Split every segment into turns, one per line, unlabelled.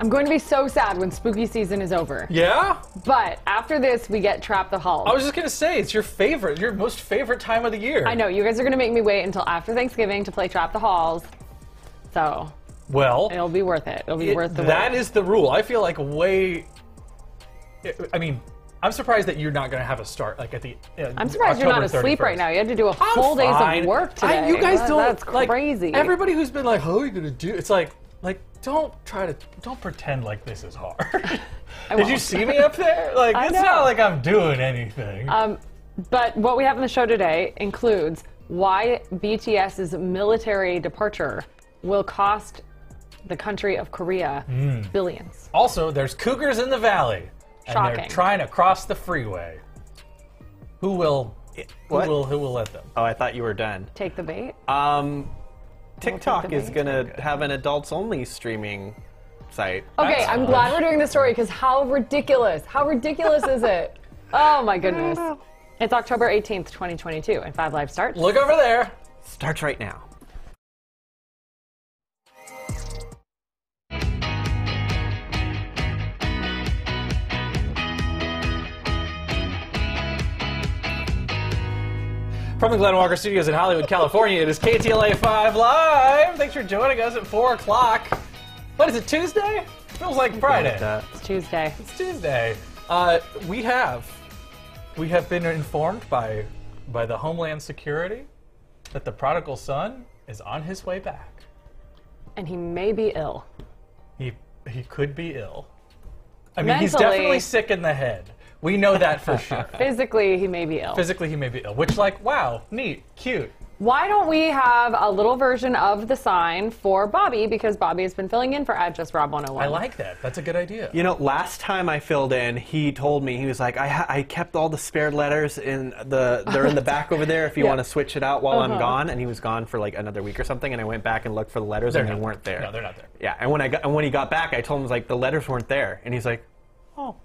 I'm going to be so sad when spooky season is over.
Yeah?
But after this, we get Trap the Hall.
I was just gonna say it's your favorite, your most favorite time of the year.
I know, you guys are going to make me wait until after Thanksgiving to play Trap the Halls. So
Well,
it'll be worth it. It'll be
it-
worth the
that
wait.
is the rule. I feel like way. I mean, I'm surprised that you're not gonna have a start like at the. Uh,
I'm surprised you're not
October
asleep
31st.
right now. You had to do a
I'm
full days
fine.
of work today.
I, you guys
That-
don't.
That's
like,
crazy.
Everybody who's been like, "How are you gonna do?" It's like, like, don't try to, don't pretend like this is hard. Did you
won't.
see me up there? Like,
I
it's
know.
not like I'm doing anything.
Um, but what we have in the show today includes why BTS's military departure will cost the country of Korea
Hmm.
billions.
also, there's cougars in the valley, and they're
Shocking.
trying to cross the freeway. Who will? Who
What?
will? Who will let them?
Oh, I thought you were done.
Take the bait.
Um, TikTok
the
is
bait.
gonna have an adults-only streaming site.
Okay,
That's
I'm
fun.
glad we're doing this story because how ridiculous! How ridiculous is it? Oh my goodness! It's October 18th, 2022, and Five Live starts.
Look over there.
Starts right now.
From the Glenn Walker Studios in Hollywood, California, it is KTLA 5 Live. Thanks for joining us at 4 o'clock. What is it, Tuesday? Feels like Friday.
That-
It's Tuesday.
It's Tuesday. Uh, we have we have been informed by by the Homeland Security that the prodigal son is on his way back.
and he may be ill.
He he could be ill. I mean, he's
Mentally-
definitely sick in the head. We know that for sure.
Physically, he may be ill.
Physically, he may be ill, which, like, wow, neat, cute.
Why don't we have a little version of the sign for Bobby because Bobby has been filling in for at just Rob 101.
I like that. That's a good idea.
You know, last time I filled in, he told me he was like, I, ha- I kept all the spare letters in the they're in the back over there if you
Yeah.
want to switch it out while I'm
Uh-huh.
gone. And he was gone for like another week or something. And I went back and looked for the letters, and they
not-
weren't there.
No, they're not there.
Yeah, and when I got and when he got back, I told him like the letters weren't there, and he's like, oh,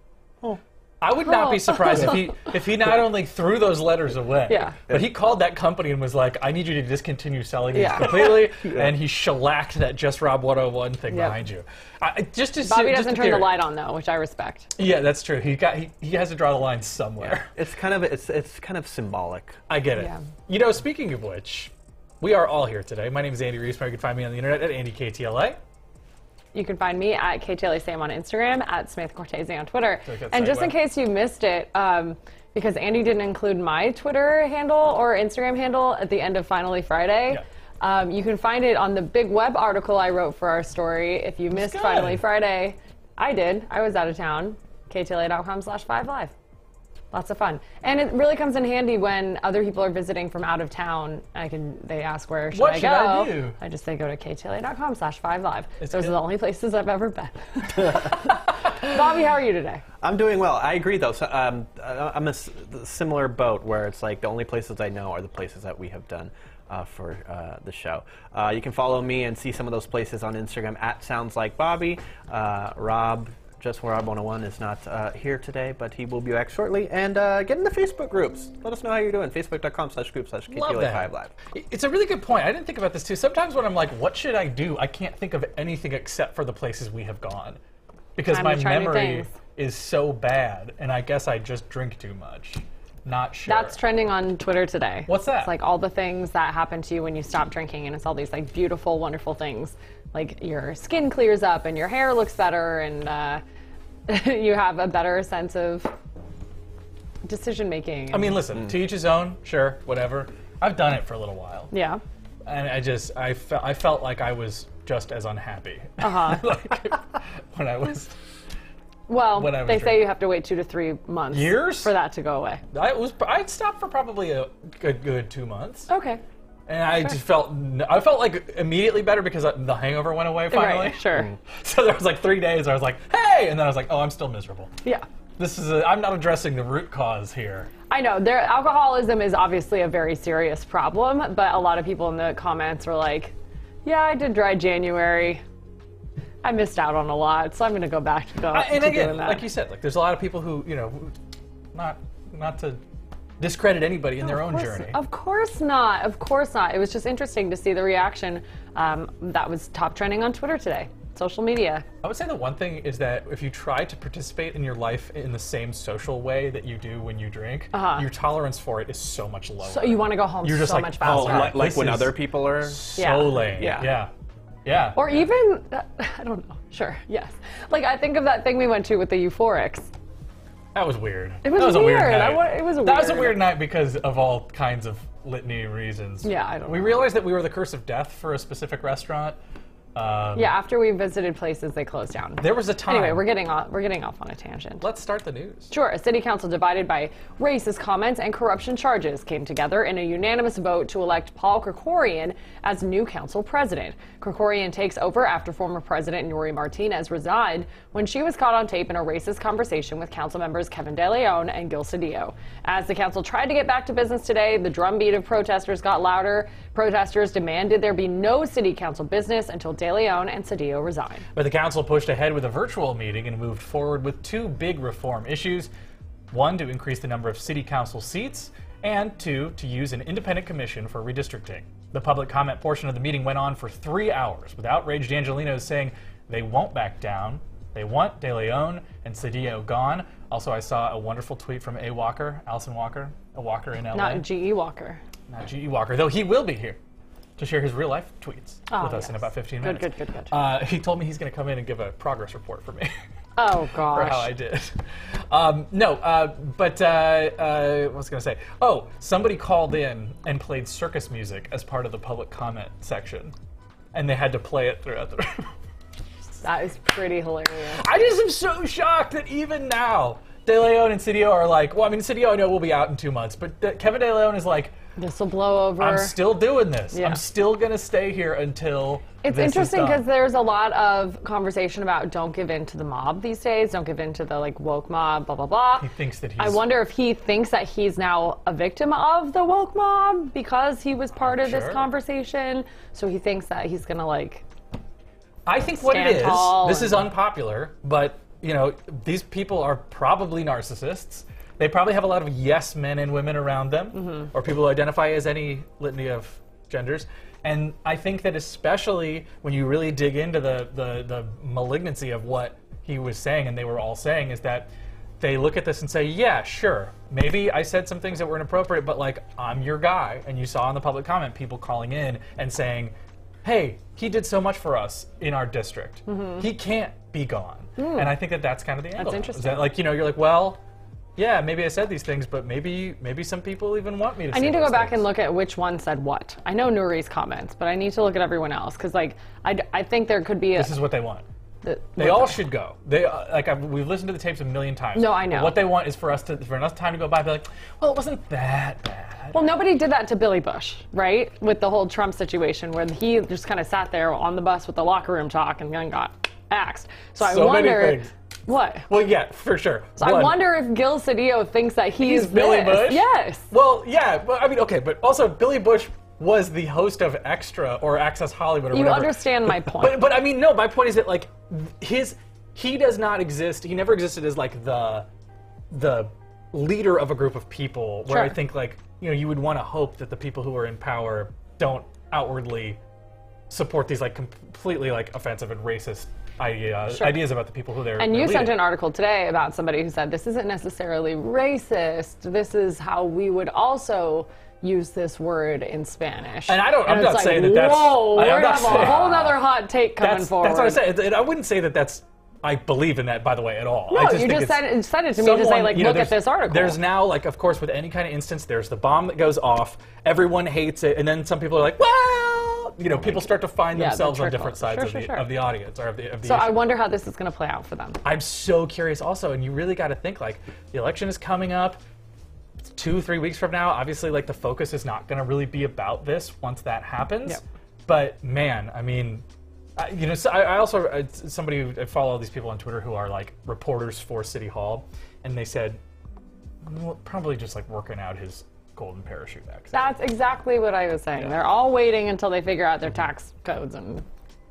oh.
I would not
Oh.
be surprised if he if he not only threw those letters away,
Yeah.
but he called that company and was like, "I need you to discontinue selling these
Yeah.
completely," and he shellacked that Just Rob 101 thing
Yep.
behind you. I, I- just to
Bobby doesn't
just to
turn the
theory-
light on though, which I respect.
Yeah, that's true. He got he, he has to draw the line somewhere.
It's kind of it's it's kind of symbolic.
I get it.
Yeah.
You know, speaking of which, we are all here today. My name is Andy Reesmeyer. You can find me on the internet at AndyKTLA.
You can find me at KTLA E Sam on Instagram, at Smith Cortese on Twitter.
Take that
And just in
segue.
case you missed it, um, because Andy didn't include my Twitter handle or Instagram handle at the end of Finally Friday.
Yeah.
Um, you can find it on the big web article I wrote for our story. If you missed
good.
Finally Friday, I did. I was out of town. KTLA.com E slash 5 live. Lots of fun. And it really comes in handy when other people are visiting from out of town. I can, they ask, where should
What
I
should
go?
I do?
I just say go to ktla.com slash 5 live.
It's
Those
good.
are the only places I've ever been. Bobby, how are you today?
I'm doing well. I agree, though. So, um, I- I'm a s- similar boat where it's like the only places I know are the places that we have done uh, for uh, the show. Uh, you can follow me and see some of those places on Instagram at Sounds Like Bobby. Uh, Rob, just where Rob 101 is not uh, here today, but he will be back shortly. And uh, get in the Facebook groups. Let us know how you're doing. Facebook.com slash group slash
Love that.
KTLA5 Live.
It- It's a really good point. I didn't think about this too. Sometimes when I'm like, what should I do? I can't think of anything except for the places we have gone because
Time
my
to try new
memory
things.
is so bad, and I guess I just drink too much. Not sure.
That's trending on Twitter today.
What's that?
It's like all the things that happen to you when you stop drinking, and it's all these like beautiful, wonderful things. Like your skin clears up, and your hair looks better, and uh, you have a better sense of decision making.
I mean, listen, to each his own. Sure, whatever. I've done it for a little while,
yeah.
and I just I felt I felt like I was just as unhappy
Uh huh.
like, when I was.
Well,
When I was
they say
drinking.
you have to wait two to three months
Years?
for that to go away.
I was I'd stopped for probably a good good two months.
Oh, Okay.
And I just felt I felt like immediately better because the hangover went away finally.
Right. Sure.
So there was like three days. I was like, hey, and then I was like, oh, I'm still miserable.
Yeah.
This is a, I'm not addressing the root cause here.
I know there alcoholism is obviously a very serious problem, but a lot of people in the comments were like, "Yeah, I did dry January. I missed out on a lot, so I'm going to go back to, go,
I- and
to
again,
doing that."
like you said, like there's a lot of people who you know, who- not not to discredit anybody in their own
of course,
journey.
Of course not. Of course not. It was just interesting to see the reaction um, that was top trending on Twitter today. Social media.
I would say the one thing is that if you try to participate in your life in the same social way that you do when you drink,
Uh-huh.
your tolerance for it is so much lower.
So you want to go home
You're just
so
like,
much
oh,
faster.
Sorry,
Like, like
this
when
is-
other people are.
so
Yeah.
lame.
Yeah.
yeah, yeah.
Or even, I don't know. Sure, yes. Like I think of that thing we went to with the euphorics.
that was weird.
It was
that was a weird
weird. I
night.
wa- it was
that was a
weird.
weird night because of all kinds of litany reasons.
Yeah, I don't
We
know.
realized that we were the curse of death for a specific restaurant. Um,
Yeah, after we visited places, they closed down.
There was a time.
Anyway, we're getting off. We're getting off on a tangent.
Let's start the news.
Sure, a city council divided by racist comments and corruption charges came together in a unanimous vote to elect Paul Krikorian as new council president. Krikorian takes over after former president Nuri Martinez resigned when she was caught on tape in a racist conversation with council members Kevin De Leon and Gil Cedillo. As the council tried to get back to business today, the drumbeat of protesters got louder. Protesters demanded there be no city council business until De Leon and Cedillo resign.
But the council pushed ahead with a virtual meeting and moved forward with two big reform issues one, to increase the number of city council seats, and two, to use an independent commission for redistricting. The public comment portion of the meeting went on for three hours, with outraged Angelinos saying they won't back down. They want De Leon and Cedillo gone. Also, I saw a wonderful tweet from A. Walker, Allison Walker, a Walker in LA.
Not G.E. Walker.
Not G.E. Walker, though he will be here to share his real life tweets
Oh,
with us in
yes.
about 15
Good, good,
minutes.
good, good.
Uh, he told me he's going to come in and give a progress report for me
Oh,
for
gosh.
how I did. Um, no, uh, but uh, uh, what was I going to say? Oh, somebody called in and played circus music as part of the public comment section, and they had to play it throughout the room.
That is pretty hilarious.
I just am so shocked that even now, De Leon and Cedillo are like, well, I mean, Cedillo I know will be out in two months, but uh, Kevin De Leon is like,
This will blow over.
I'm still doing this.
Yeah.
I'm still gonna stay here until.
it's
this is
interesting
done.
because there's a lot of conversation about don't give in to the mob these days. Don't give in to the like woke mob. Blah blah blah.
he thinks that he's.
I wonder if he thinks that he's now a victim of the woke mob because he was part of this
sure.
conversation. So he thinks that he's gonna like.
I think what it
stand
is.
tall
This is
and-
unpopular, but you know these people are probably narcissists. They probably have a lot of yes men and women around them, or people who identify as any litany of genders. And I think that especially when you really dig into the, the, the malignancy of what he was saying and they were all saying is that they look at this and say, yeah, sure, maybe I said some things that were inappropriate, but like, I'm your guy. And you saw in the public comment people calling in and saying, hey, he did so much for us in our district.
Mm-hmm.
He can't be gone. And I think that that's kind of the angle. Is
Hmm. interesting.
that, like, you know, you're like, well, yeah, maybe I said these things, but maybe maybe some people even want me to
I need to go back and look at which one said what. I know Nuri's comments, but I need to look at everyone else because like I, d- I think there could be a.
This is what they want.
the-
They all should go. They uh, like I've, we've listened to the tapes a million times.
No, I know.
But what they want is for us to for enough time to go by. and Be like, well, it wasn't that bad.
Well, nobody did that to Billy Bush, right? With the whole Trump situation where he just kind of sat there on the bus with the locker room talk and then got axed. So, I
So many
wonder
things.
what.
Well, yeah, for sure.
So I
One,
wonder if Gil Cedillo thinks that he's,
He's Billy
this.
Bush?
Yes.
Well, yeah, but I mean, okay, but also Billy Bush was the host of Extra or Access Hollywood or
You
whatever.
understand my point.
But but I mean, no. My point is that like th- his he does not exist. He never existed as like the the leader of a group of people. Where I
Sure.
think like you know you would want to hope that the people who are in power don't outwardly support these like completely like offensive and racist idea,
Sure.
ideas about the people who they're.
and
they're
you sent
leading.
an article today about somebody who said this isn't necessarily racist. This is how we would also use this word in Spanish.
And I don't- I'm
it's
not
like,
saying that that's-
Whoa,
I-
we
I'm not
have a
saying-
whole other hot take coming
That's, that's
forward.
what I said. And I wouldn't say that that's. I believe in that, by the way, at all.
No,
I just
Oh, you
think
just
it's-
said it, sent it to me to say,
someone-
like,
you know,
look at
there's-
this article.
There's now, like, of course, with any kind of instance, there's the bomb that goes off. Everyone hates it, and then some people are like, "Well," you know, people start to find
Yeah, the
themselves on
trickle.
different sides
Sure,
of,
sure,
the,
sure.
of the audience or of the of the.
so I
issue.
wonder how this is going to play out for them.
I'm so curious, also, and you really got to think like the election is coming up. It's Two, three weeks from now, obviously, like the focus is not going to really be about this once that happens.
Yep.
But man, I mean, I, you know, so I, I also I, somebody who- I follow these people on Twitter who are like reporters for City Hall, and they said well, probably just like working out his golden parachute act.
That's exactly what I was saying. They're all waiting until they figure out their tax codes and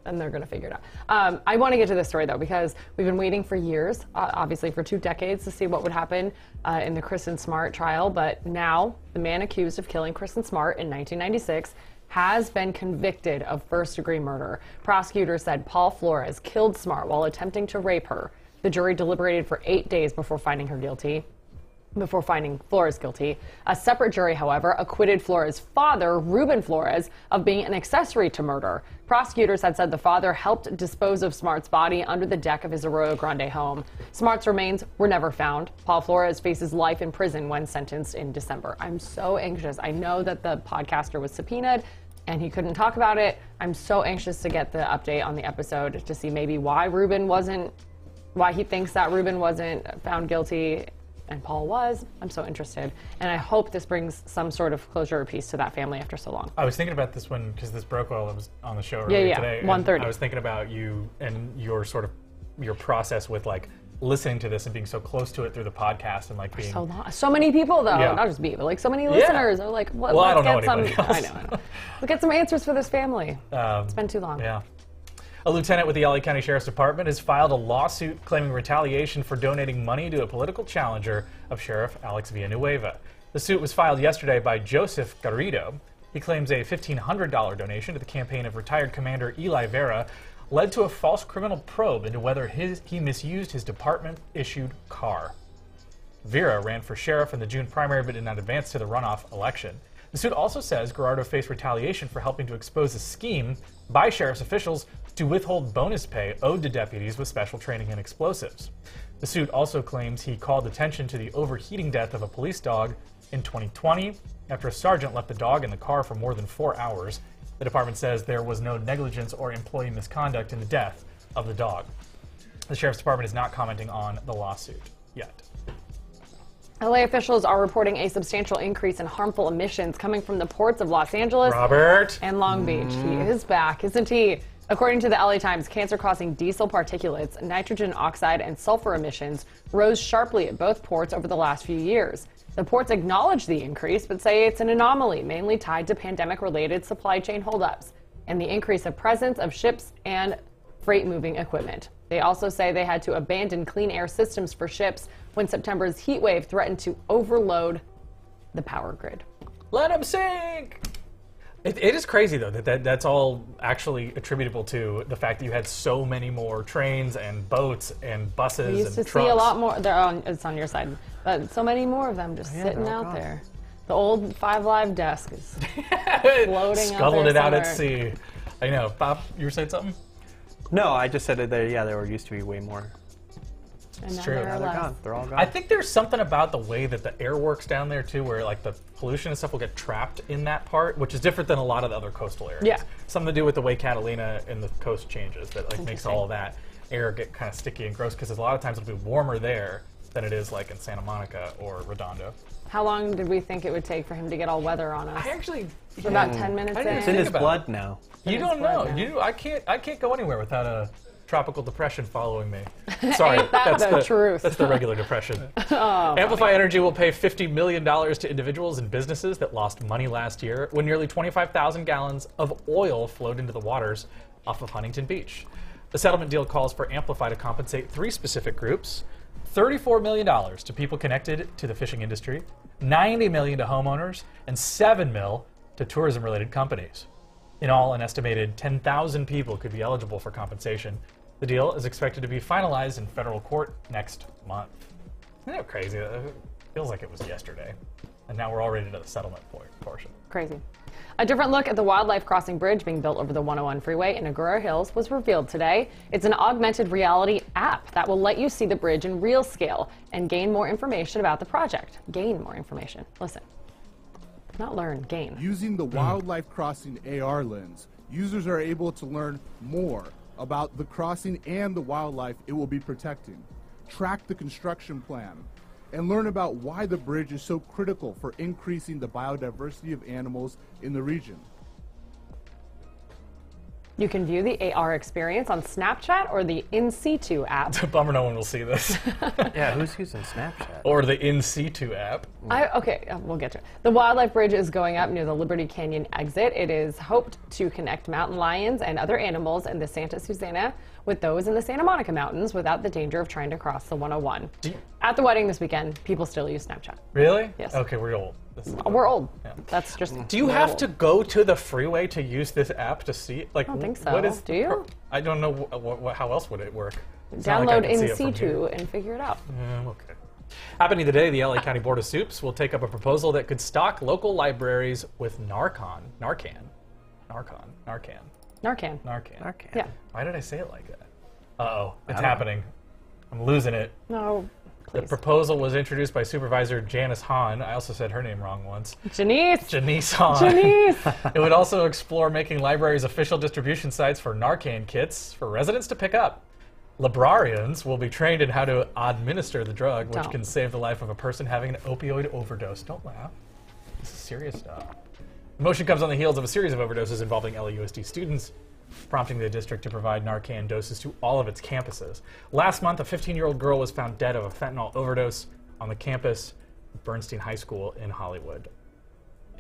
and they're going to figure it out. Um, I want to get to this story though because we've been waiting for years, uh, obviously for two decades, to see what would happen uh, in the Kristen Smart trial. But now the man accused of killing Kristen Smart in 1996 has been convicted of first degree murder. Prosecutors said Paul Flores killed Smart while attempting to rape her. The jury deliberated for eight days before finding her guilty before finding Flores guilty. A separate jury, however, acquitted Flores' father, Ruben Flores, of being an accessory to murder. Prosecutors had said the father helped dispose of Smart's body under the deck of his Arroyo Grande home. Smart's remains were never found. Paul Flores faces life in prison when sentenced in December. I'm so anxious. I know that the podcaster was subpoenaed and he couldn't talk about it. I'm so anxious to get the update on the episode to see maybe why Ruben wasn't why he thinks that Ruben wasn't found guilty and Paul was. I'm so interested. And I hope this brings some sort of closure or peace to that family after so long.
I was thinking about this one because this broke while I was on the show
Yeah,
earlier
yeah,
today. and
1:30.
I was thinking about you and your sort of your process with like listening to this and being so close to it through the podcast and like being
So long. So many people, though.
Yeah.
Not just me, but like so many listeners are like, what,
Well, I
let's
don't know
get some.
anybody else. Um,
I know, I know. Let's get some answers for this family. it's been too long.
Yeah. A lieutenant with the LA County Sheriff's Department has filed a lawsuit claiming retaliation for donating money to a political challenger of Sheriff Alex Villanueva. The suit was filed yesterday by Joseph Garrido. He claims a $1,500 donation to the campaign of retired Commander Eli Vera led to a false criminal probe into whether his, he misused his department issued car. Vera ran for sheriff in the June primary but did not advance to the runoff election. The suit also says Gerardo faced retaliation for helping to expose a scheme by sheriff's officials to withhold bonus pay owed to deputies with special training in explosives. The suit also claims he called attention to the overheating death of a police dog in 2020 after a sergeant left the dog in the car for more than four hours. The department says there was no negligence or employee misconduct in the death of the dog. The sheriff's department is not commenting on the lawsuit yet.
LA officials are reporting a substantial increase in harmful emissions coming from the ports of Los Angeles
Robert.
and Long Beach. He is back, isn't he? According to the LA Times, cancer causing diesel particulates, nitrogen oxide, and sulfur emissions rose sharply at both ports over the last few years. The ports acknowledge the increase, but say it's an anomaly, mainly tied to pandemic related supply chain holdups and the increase of presence of ships and freight moving equipment. They also say they had to abandon clean air systems for ships when September's heat wave threatened to overload the power grid.
Let him sink. It, it is crazy though that, that that's all actually attributable to the fact that you had so many more trains and boats and buses
We used to
and
see
trucks.
a lot more. They're on, it's on your side, but so many more of them just sitting
they're all
out
gone.
there. The old Five Live desk is floating out there
Scuttled it out at
somewhere.
sea. I know. Bob, you were saying something?
No, I just said that. They, yeah, there were used to be way more.
And now
true.
there are
Now
They're
less.
gone. They're all gone.
I think there's something about the way that the air works down there too, where like the pollution and stuff will get trapped in that part, which is different than a lot of the other coastal areas.
Yeah.
Something to do with the way Catalina and the coast changes that like makes
Interesting.
all that air get kind of sticky and gross because a lot of times it'll be warmer there than it is like in Santa Monica or Redondo.
How long did we think it would take for him to get all weather on us?
I actually
We're about ten minutes
I
in.
didn't
it's in his
about
blood now.
you
it's
don't
blood now.
know. You I can't I can't go anywhere without a tropical depression following me. Sorry,
Ain't that
that's
the truth. Oh,
That's the regular depression. Amplify Energy will pay $50 million to individuals and businesses that lost money last year when nearly 25,000 gallons of oil flowed into the waters off of Huntington Beach. The settlement deal calls for Amplify to compensate three specific groups $34 million to people connected to the fishing industry, $90 million to homeowners, and $7 mil to tourism related companies. In all, an estimated 10,000 people could be eligible for compensation. The deal is expected to be finalized in federal court next month. Isn't that crazy? It feels like it was yesterday. And now we're already to the settlement point portion.
Crazy. A different look at the wildlife crossing bridge being built over the 101 freeway in Agoura Hills was revealed today. It's an augmented reality app that will let you see the bridge in real scale and gain more information about the project. Gain more information. Listen. Not learn, gain.
Using the Wildlife Crossing AR lens, users are able to learn more about the crossing and the wildlife it will be protecting, track the construction plan, and learn about why the bridge is so critical for increasing the biodiversity of animals in the region.
You can view the AR experience on Snapchat or the In Situ app.
Bummer no one will see this.
Yeah, who's using Snapchat?
or the In Situ app.
I, okay, uh, we'll get to it. The wildlife bridge is going up near the Liberty Canyon exit. It is hoped to connect mountain lions and other animals in the Santa Susana with those in the Santa Monica Mountains without the danger of trying to cross the 101.
Do you-
At the wedding this weekend, people still use Snapchat.
Really?
Yes. Uh,
Okay, we're old. This is-
We're old. That's just.
Do you
we're
have
old.
to go to the freeway to use this app to see? it? Like, I
don't think
What
so.
is,
Do you?
I don't know. Wh- wh- how else would it work? It's not like I
Download
can
in
see it from here.
C2 and figure it out.
Yeah, Mm, okay. Happening today, the LA County Board of Soups will take up a proposal that could stock local libraries with Narcan, Narcan, Narcan, Narcan,
Narcan.
Narcan.
Okay.
Yeah.
Why did I say it like that? Uh oh, it's
know.
happening. I'm losing it.
No,
The
please.
proposal was introduced by Supervisor Janice Hahn. I also said her name wrong once.
Janice.
Janice Hahn.
Janice.
It would also explore making libraries official distribution sites for Narcan kits for residents to pick up. Librarians will be trained in how to administer the drug, which
Don't.
can save the life of a person having an opioid overdose. Don't laugh. This is serious stuff. The motion comes on the heels of a series of overdoses involving LAUSD students, prompting the district to provide Narcan doses to all of its campuses. Last month, a 15 year old girl was found dead of a fentanyl overdose on the campus of Bernstein High School in Hollywood.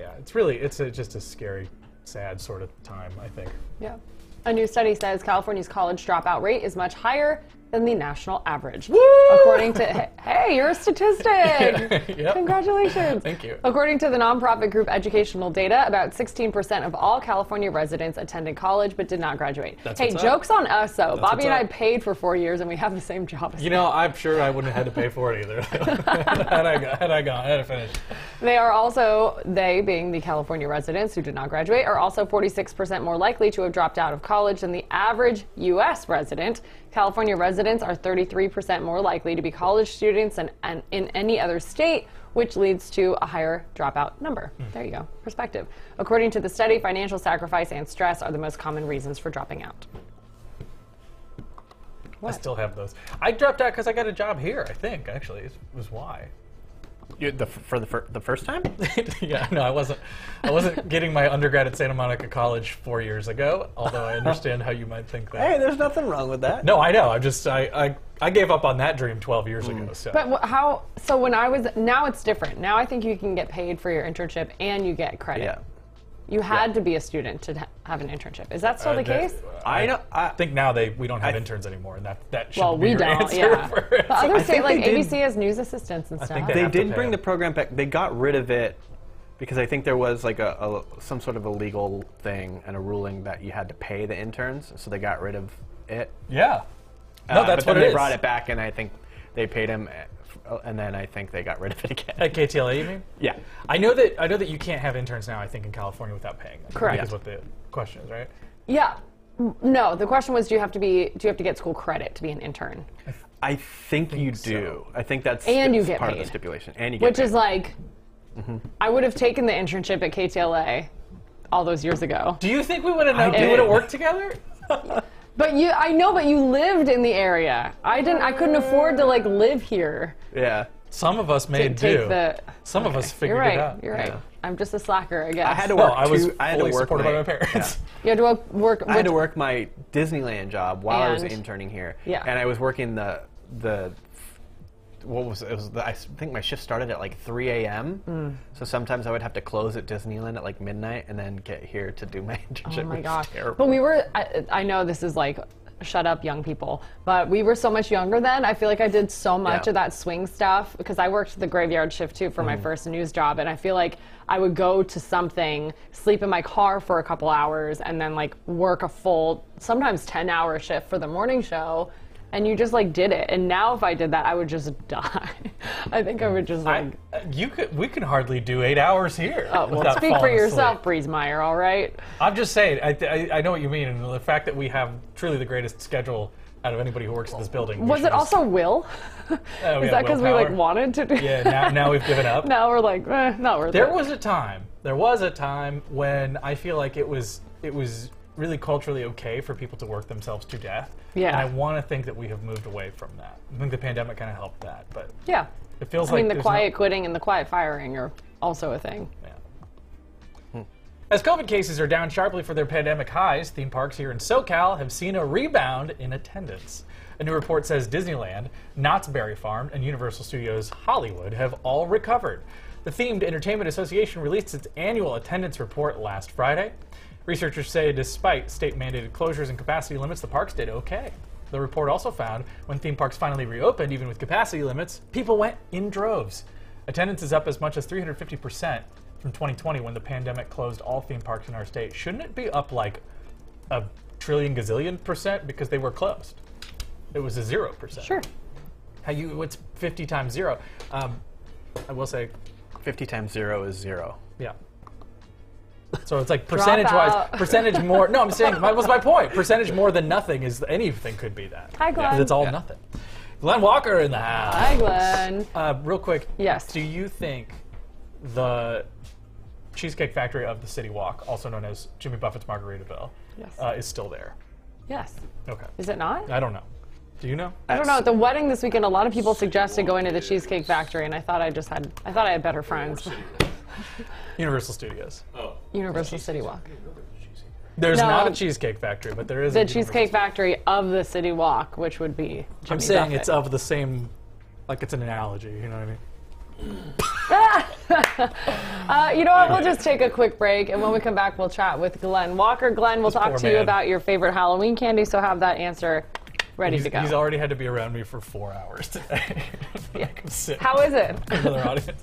Yeah, it's really it's a, just a scary, sad sort of time. I think.
yeah. A new study says California's college dropout rate is much higher than the national average. According to hey, hey, you're a statistic.
Yep.
Congratulations.
Thank you.
According to the nonprofit group Educational Data, about 16% of all California residents attended college but did not graduate.
That's
hey,
what's up.
jokes on us though. Bobby
what's
and I
up.
paid for 4 years and we have the same job.
You know, I'm sure I wouldn't have had to pay for it either. had I got, had I gone, had I finished.
They are also, they being the California residents who did not graduate, are also 46% more likely to have dropped out of college than the average U.S. resident. California residents are 33% more likely to be college students than and in any other state, which leads to a higher dropout number. There you go, perspective. According to the study, financial sacrifice and stress are the most common reasons for dropping out.
I still have those. I dropped out because I got a job here. I think actually it was why.
You- the, f- for the, fir- the first time?
yeah, no, I wasn't. I wasn't getting my undergrad at Santa Monica College four years ago. Although I understand how you might think that.
hey, there's nothing wrong with that.
No, I know. I'm just I, I I gave up on that dream 12 years ago. So
But wh- how? So when I was now, it's different. Now I think you can get paid for your internship and you get credit.
Yeah.
You had to be a student to ha- have an internship. Is that still
Uh,
the
that-
case?
I don't. I,
I think now they we don't have
I-
interns anymore, and that that should
well,
be
we
your
don't.
answer
Yeah.
for
But
it.
others say
think
like
they did-
ABC has news assistants and stuff.
think they
they
have to
did
pay
bring
them.
the program back. They got rid of it because I think there was like a, a some sort of a legal thing and a ruling that you had to pay the interns, so they got rid of it.
Yeah. No,
Uh,
that's what
but then they
it is.
brought it back, and I think they paid him, uh, and then I think they got rid of it again.
At KTLA, you mean?
yeah,
I know that I know that you can't have interns now. I think in California without paying. them. I think
Correct.
Is what the question is, right?
yeah. M- No, the question was, do you have to be? Do you have to get school credit to be an intern?
I think, you do. I think that's
And you
that's
get
part of
paid.
the stipulation, and you get
Which
paid.
is like, I would have taken the internship at KTLA all those years ago.
Do you think we would have known?
did.
We would have worked together.
But you, I know, but you lived in the area. I didn't. I couldn't afford to like live here.
yeah.
Some of us may
To
do.
take the.
Some of us figured
You're right.
it out.
You're right.
Yeah.
I'm just a slacker, I guess.
I had to
No,
work.
I was
two, I had to
fully
work
supported by
my-
my parents.
You had to wo- work.
I had to
which-
work my Disneyland job while I was
And-
interning here.
Yeah.
And I was working the the what was it, was the, I s- think my shift started at like 3 a.m.
Mm.
So sometimes I would have to close at Disneyland at like midnight and then get here to do my internship.
Oh my
which is
gosh.
terrible.
But we were, I, I know this is like, shut up, young people, but we were so much younger then. I feel like I did so much
Yeah.
of that swing stuff because I worked the graveyard shift too for my first news job. And I feel like I would go to something, sleep in my car for a couple hours, and then like work a full, sometimes 10 hour shift for the morning show. And you just like did it. And now if I did that, I would just die. I think I would just like.
Uh, You could. We can hardly do eight hours here.
Oh, well,
without
speak for
falling asleep.
yourself, Breeze Meyer, all right?
I'm just saying. I, I, I know what you mean, and the fact that we have truly the greatest schedule out of anybody who works in this building. we
Was
should
it
just-
also Will?
Oh,
Is
yeah,
that because we like
willpower.
wanted to do?
Yeah. Now, now we've given up.
now we're like, eh, not worth
There
it.
was a time. There was a time when I feel like it was it was really culturally okay for people to work themselves to death.
Yeah.
And I want to think that we have moved away from that. I think the pandemic kind of helped that, but
yeah.
it feels
I
like
mean, the
there's
quiet
no-
quitting and the quiet firing are also a thing.
yeah. Hmm. As COVID cases are down sharply for their pandemic highs, theme parks here in SoCal have seen a rebound in attendance. A new report says Disneyland, Knott's Berry Farm, and Universal Studios Hollywood have all recovered. The Themed Entertainment Association released its annual attendance report last Friday. Researchers say despite state mandated closures and capacity limits, the parks did okay. The report also found when theme parks finally reopened, even with capacity limits, people went in droves. Attendance is up as much as 350% from 2020 when the pandemic closed all theme parks in our state. Shouldn't it be up like a trillion gazillion percent because they were closed? It was a zero percent.
Sure.
How you? What's 50 times zero? Um, I will say,
50 times zero is zero.
yeah. So it's like percentage-wise,
out.
percentage more. No, I'm saying that was my point. Percentage more than nothing is anything could be that.
Hi, Glenn.
Because it's all nothing. Glenn Walker in the house.
Hi, Glenn.
Uh, real quick.
Yes.
Do you think the Cheesecake Factory of the City Walk, also known as Jimmy Buffett's Margaritaville,
Yes.
uh, is still there?
Yes.
Okay.
Is it not?
I don't know. Do you know?
I don't know. At the wedding this weekend, a lot of people suggested going to the Cheesecake Factory, and I thought I just had, I thought I had better friends.
Universal Studios.
Universal City Walk.
There's
No.
not a Cheesecake Factory, but there is
The
a
Cheesecake
Universal-
Factory of the City Walk, which would be.
I'm
Jimmy
saying
Buffett.
it's of the same, like it's an analogy. You know what I mean?
Uh, you know what? We'll just take a quick break, and when we come back, we'll chat with Glenn Walker. Glenn, we'll
This
talk
poor
to you
man.
about your favorite Halloween candy, so have that answer ready
He's,
to go.
he's already had to be around me for four hours today. yeah. I'm sick.
How is it?
Another audience.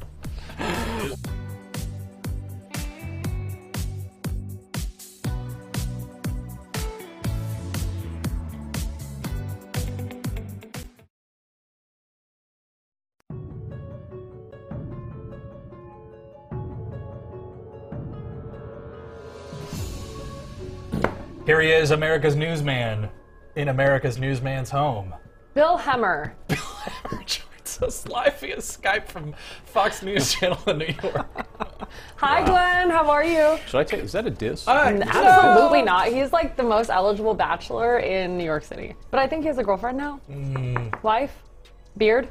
Here he is, America's newsman, in America's newsman's home.
Bill Hemmer.
Joins us live via Skype from Fox News Channel in New York.
Hi, Glenn. How are you?
Should I take? Is that a diss?
Absolutely not. He's like the most eligible bachelor in New York City. But I think he has a girlfriend now. Wife? Beard?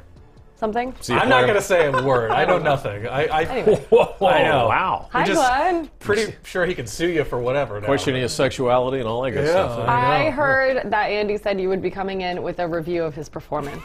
Something?
See if
I'm not
we're-
going to say a word. I know nothing. I, I,
Anyway.
I know.
Oh, Wow.
Hi,
just-
Glenn.
Pretty sure he can sue you for whatever. Now.
Questioning his sexuality and all that good
Yeah.
stuff.
I
know.
heard that Andy said you would be coming in with a review of his performance.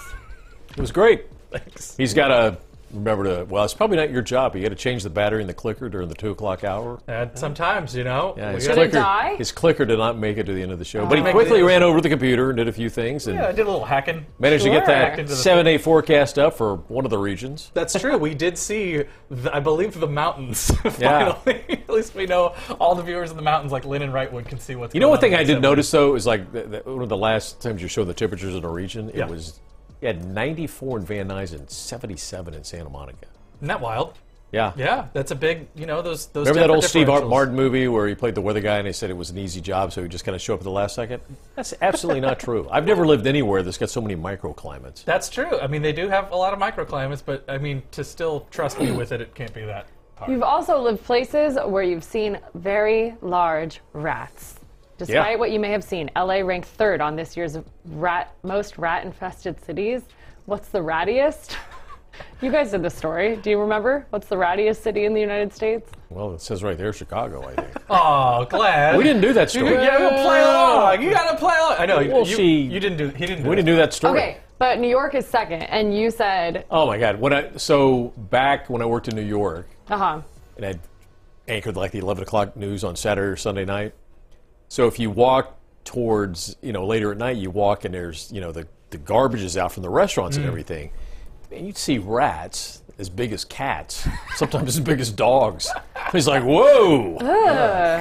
It was great.
Thanks.
He's got to remember to. Well, it's probably not your job. You got to change the battery in the clicker during the two o'clock hour.
And sometimes, you know,
Yeah,
we
his
gotta-
click-
clicker,
die?
his clicker did not make it to the end of the show, but he
Oh.
quickly ran over to the computer and did a few things and
yeah, I did a little hacking.
managed to get
Sure.
Back
that
into the-
seven-day forecast up for one of the regions.
That's true. We did see, the, I believe, the mountains.
Yeah.
Finally, at least we know all the viewers in the mountains, like Lynn and Wrightwood, can see what's.
You know, one thing I did notice though is like the, the, one of the last times you showed the temperatures in a region, it
Yeah.
was you had 94 in Van Nuys and 77 in Santa Monica.
Isn't that wild?
Yeah.
Yeah, that's a big. You know those those.
Remember that old
temper
Steve Hart
differentials.
Martin movie where he played the weather guy and they said it was an easy job, so he just kind of show up at the last second? That's absolutely not true. I've never lived anywhere that's got so many microclimates.
That's true. I mean, they do have a lot of microclimates, but I mean, to still trust me with it, it can't be that hard.
You've also lived places where you've seen very large rats. Despite what you may have seen, LA ranked third on this year's rat most rat-infested cities. What's the rattiest? you guys did the story. Do you remember? What's the rattiest city in the United States?
Well, it says right there, Chicago, I think.
Oh, glad
we didn't do that
You,
story.
you gotta play along. You gotta play along. I know. you-
Well,
you,
she-
you didn't do. He didn't. Do
We didn't do that story.
Okay, but New York is second, and you said,
Oh my God! When I so back when I worked in New York,
uh huh.
and I'd anchored like the 11 o'clock news on Saturday or Sunday night. So if you walk towards, you know, later at night, you walk and there's, you know, the, the garbage is out from the restaurants and everything. And you'd see rats as big as cats, sometimes as big as dogs. He's like, whoa,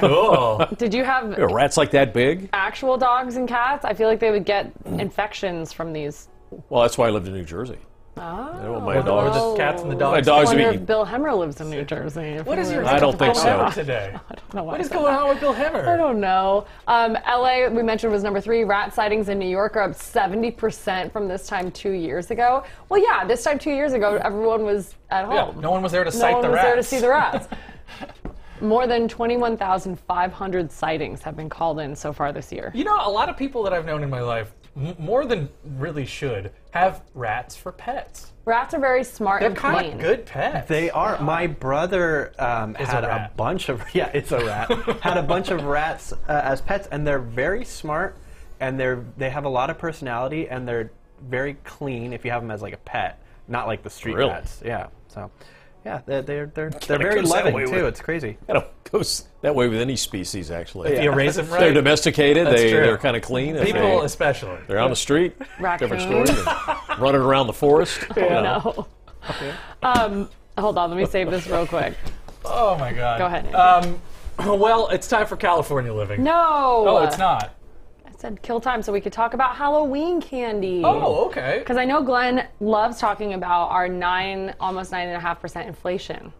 Cool.
Did you have
a rat's like that big?
actual dogs and cats? I feel like they would get infections from these.
Well, that's why I lived in New Jersey. I
Oh.
don't want my
Or the- or
dogs.
the cats and the
My
dogs.
I
dogs would
wonder if
be.
Bill Hemmer lives in New Jersey. if
What
he
is your?
lives-
I don't think
Bill
so.
Hemmer Today.
No, I
What is
don't-
going on with Bill
I
Hemmer?
don't know. Um, LA, we mentioned, was number three. Rat sightings in New York are up 70% from this time two years ago. Well, yeah, this time two years ago, everyone was at
Yeah,
home.
no one was there to
No
sight
one
the
was
rats.
there to see the rats. More than 21,500 sightings have been called in so far this year.
You know, a lot of people that I've known in my life, m- more than really should, have rats for pets.
Rats are very smart
They're
and
kind of
clean.
good pets.
They are. My brother um,
Is a
had a,
rat.
bunch of yeah, it's a rat. had a bunch of rats uh, as pets, and they're very smart, and they're they have a lot of personality, and they're very clean. If you have them as like a pet, not like the street
Really?
rats. Yeah. So, Yeah, they're they're they're, they're very
goes that
loving
way
too.
with-
It's crazy.
Kind of goes that way with any species, actually.
If you raise them right,
They're domesticated.
That's
They,
true.
they're kind of clean. If
people
they,
especially.
they're on the street. Different story.
Raccoons.
They're running around the forest. you know.
No. Um, hold on, let me save this real quick.
Oh my god.
Go ahead.
Um, well, it's time for California living.
No.
Oh, it's not.
I said kill time so we could talk about Halloween candy.
Oh, okay.
Because I know Glenn loves talking about our nine, almost nine and a half percent inflation.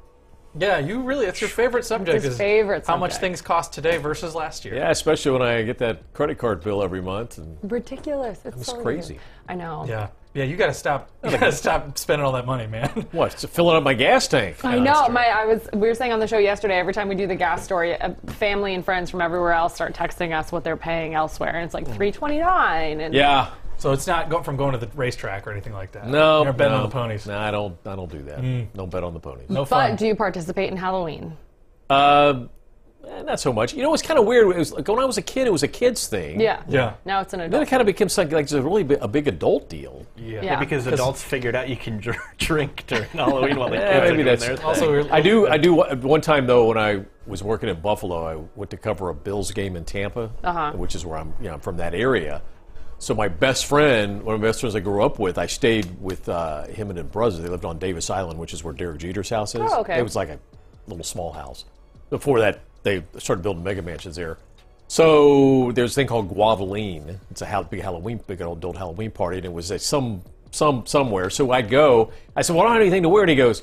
Yeah, you really, that's your favorite subject.
his
is
favorite
How much
subject.
things cost today versus last year.
Yeah, especially when I get that credit card bill every month. And
Ridiculous. It's so weird.
crazy.
I know.
Yeah. Yeah, you gotta stop. You gotta stop spending all that money, man.
what? It's filling up my gas tank.
I know. My, I was. We were saying on the show yesterday. Every time we do the gas story, uh, family and friends from everywhere else start texting us what they're paying elsewhere, and it's like three twenty nine. And
Yeah.
So it's not go- from going to the racetrack or anything like that.
No.
You're betting
no,
on the ponies.
No, I don't. I don't do that. Don't bet on the ponies.
No
but
fun.
do you participate in Halloween?
Uh, eh, not so much. You know, it's kind of weird. It was like when I was a kid, it was a kids thing.
Yeah.
Yeah.
Now it's an
Then it
adult.
kind of becomes like, like it's a really bi- a big adult deal.
Yeah.
Because adults figured out you can dr- drink during Halloween while the kids
Yeah,
are
Eh, maybe
doing
that's
their thing.
Also, we're-
I do. I do. One time though, when I was working in Buffalo, I went to cover a Bills game in Tampa,
Uh-huh.
which is where I'm. You know, I'm from that area. So my best friend, one of my best friends I grew up with, I stayed with uh, him and his brothers. They lived on Davis Island, which is where Derek Jeter's house is.
Oh, okay.
It was like a little small house. Before that, they started building mega mansions there. So there's a thing called Guavaline. It's a ha- big Halloween, big old adult Halloween party, and it was at some, some, somewhere. So I go. I said, "Well, I don't have anything to wear," and he goes,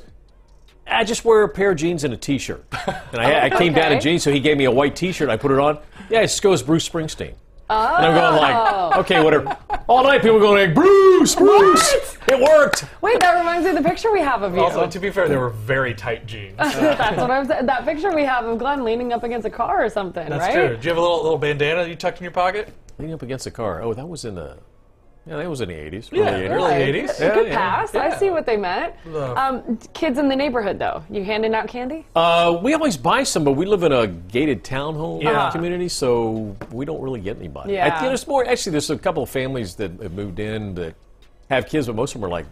I just wear a pair of jeans and a T-shirt. And I, I came down in
Okay.
jeans, so he gave me a white T-shirt. I put it on. Yeah, it just goes Bruce Springsteen. Oh. And I'm going like, okay, whatever. All night people going like, Bruce, Bruce. It worked.
Wait, that reminds me of the picture we have of you.
also, to be fair, they were very tight jeans.
That's what I'm saying. That picture we have of Glenn leaning up against a car or something,
That's
right?
true. Do you have a little little bandana you tucked in your pocket?
Leaning up against the car. Oh, that was in the, yeah, that was in Oh, the 80s.
Yeah,
early 80s.
early
Like,
80s.
It
Yeah,
could
yeah.
pass. I
Yeah.
see what they meant.
Love.
Um, kids in the neighborhood, though. You handing out candy?
Uh, we always buy some, but we live in a gated townhome
Yeah.
community, so we don't really get anybody.
Yeah.
I think there's more. Actually, there's a couple of families that have moved in that have kids, but most of them are like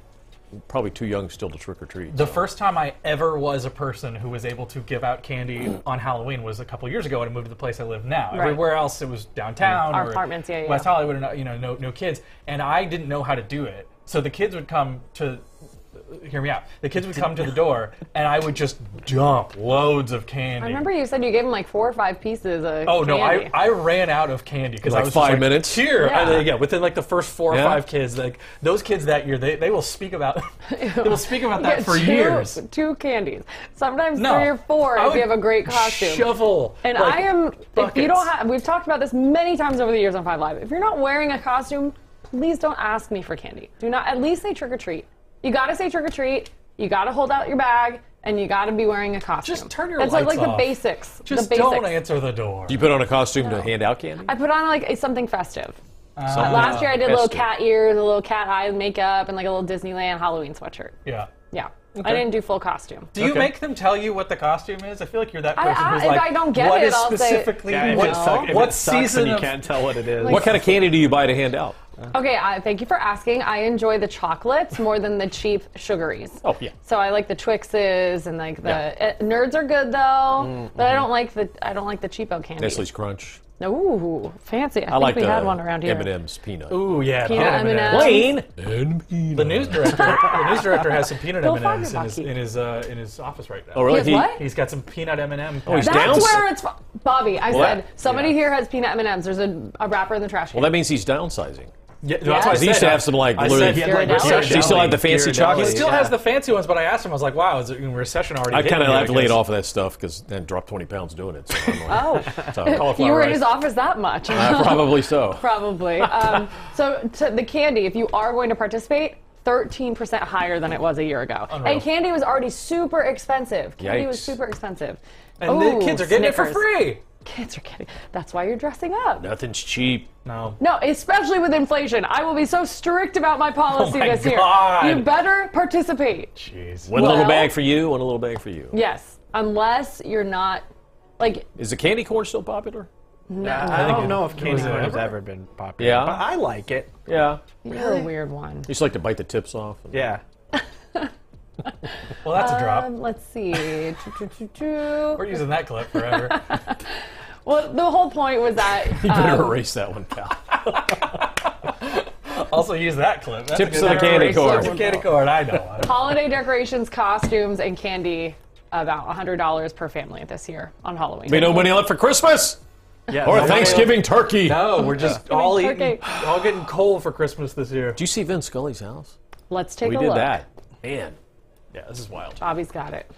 probably too young still to trick or treat.
The first time I ever was a person who was able to give out candy on Halloween was a couple years ago when I moved to the place I live now.
Right.
Everywhere else, it was downtown,
Our
or
apartments, yeah, yeah,
West
yeah.
Hollywood, and uh, you know, no, no kids. And I didn't know how to do it, so the kids would come to. uh, Hear me out. The kids would come to the door, and I would just dump loads of candy.
I remember you said you gave him like four or five pieces of
Oh no, I,
candy.
I ran out of candy because I
Like
was
five
just like,
minutes?
here.
Yeah.
Yeah. yeah, within like the first four
Yeah.
or five kids, like those kids that year, they, they will speak about they will speak about
You
that
get
for
two,
years.
Two candies. Sometimes
No,
three or four
I
if you
would
have a great costume.
Shovel.
and
like,
I am, if you
buckets.
don't have, we've talked about this many times over the years on Five Live. If you're not wearing a costume, please don't ask me for candy. Do not, at least say trick or treat. You gotta say trick or treat, you gotta hold out your bag, and you gotta be wearing a costume.
Just turn your
That's
lights
like, like the
off.
basics. the
just
basics.
don't answer the door.
You put on a costume to hand out candy?
I put on like a- something festive.
Something
Last year I did little
festive.
cat ears, a little cat eye makeup, and like a little Disneyland Halloween sweatshirt.
yeah.
Yeah. I didn't do full costume.
Do you
Okay.
make them tell you what the costume is? I feel like you're that
I-
person
I-
who's
if
like,
I don't get
what
it,
is
I'll say-
specifically
Yeah, if
what,
it suck- if it
what
sucks and
season
you
of
can't tell what it is.
What kind of candy do you buy to hand out?
Okay, I, thank you for asking. I enjoy the chocolates more than the cheap sugaries.
Oh, yeah.
So I like the Twixes and like the
Yeah. Mm-hmm.
eh, nerds are good though, but I don't like the I don't like the cheapo candy.
Nestle's Crunch.
Ooh, fancy! I,
I
think
like
we
the
had one around here.
M&M's peanut.
Ooh yeah,
Peanut
Oh,
peanut M&Ms.
M&Ms.
Plain.
The news director, the news director has some peanut
Bill
M&Ms in his,
Foggerbucky.
in his uh, in his office right now.
Oh, really?
He has what?
He's got some peanut M&M.
he's
packets.
That's
Down-
where it's fro- Bobby. I
Well,
said
that-
somebody
yeah.
here has peanut M and M's. There's a, a wrapper in the trash.
Well, that means he's downsizing.
Yeah, that's why I
He
He used
said-
to have some, like,
I
blue-
said he had, like,
Ghirardelli.
recession.
Does he still have the fancy
Ghirardelli.
chocolate?
He still
Yeah.
has the fancy ones, but I asked him. I was like, "Wow, is it in recession already?"
I kind of have
have
to lay it off of that stuff because then dropped 20 pounds doing it. So I'm like,
oh,
so cauliflower
you were in
rice.
his office that much.
Uh, probably so.
Probably. Um, so to the candy, if you are going to participate, 13% higher than it was a year ago.
Unreal.
And candy was already super expensive. Candy was
Yikes.
super expensive.
And
Ooh,
the kids are getting it for
Snickers.
free.
Kids are getting. That's why you're dressing up.
Nothing's cheap.
No.
No, especially with inflation. I will be so strict about my policy
Oh my
this
God.
year. You better participate.
Jeez.
One
Well-
little bag for you, one little bag for you.
Yes, unless you're not like
Is the candy corn still popular?
I don't know if candy
it
corn has
ever?
ever been popular.
Yeah.
But I like it.
Yeah.
you're a weird one.
He used to like to bite the tips off. and-
Yeah.
Well, that's a drop.
Um, let's see.
We're using that clip forever.
well, the whole point was that
You better
um,
erase that one, pal.
also use that clip. That's a
Tips
good-
of the candy
Tips
corn.
of the candy corn. I know.
holiday decorations, costumes, and candy about $100 per family this year on Halloween.
Be no money left for Christmas
Yeah,
or
no,
Thanksgiving turkey.
No, Oh, we're just all
It's
eating,
okay.
all getting coal for Christmas this year.
Do you see Vin Scully's house?
Let's take
we
a
did
look.
that. Man. Yeah, this is wild.
Bobby's got it.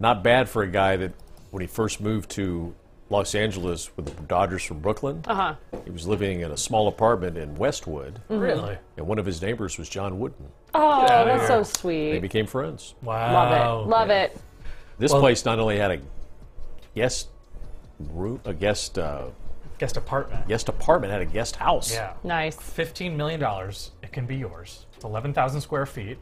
Not bad for a guy that, when he first moved to Los Angeles with the Dodgers from Brooklyn, uh-huh. he was living in a small apartment in Westwood,
Mm.
Really?
and one of his neighbors was John Wooden.
Oh,
outta
that's
here.
so sweet.
They became friends.
Love
Oh,
Wow.
it. Love it.
This place not only had a guest room, a guest uh,
Guest apartment.
guest apartment, had a guest house.
Yeah.
Nice.
Fifteen million dollars. It can be yours. It's eleven thousand square feet,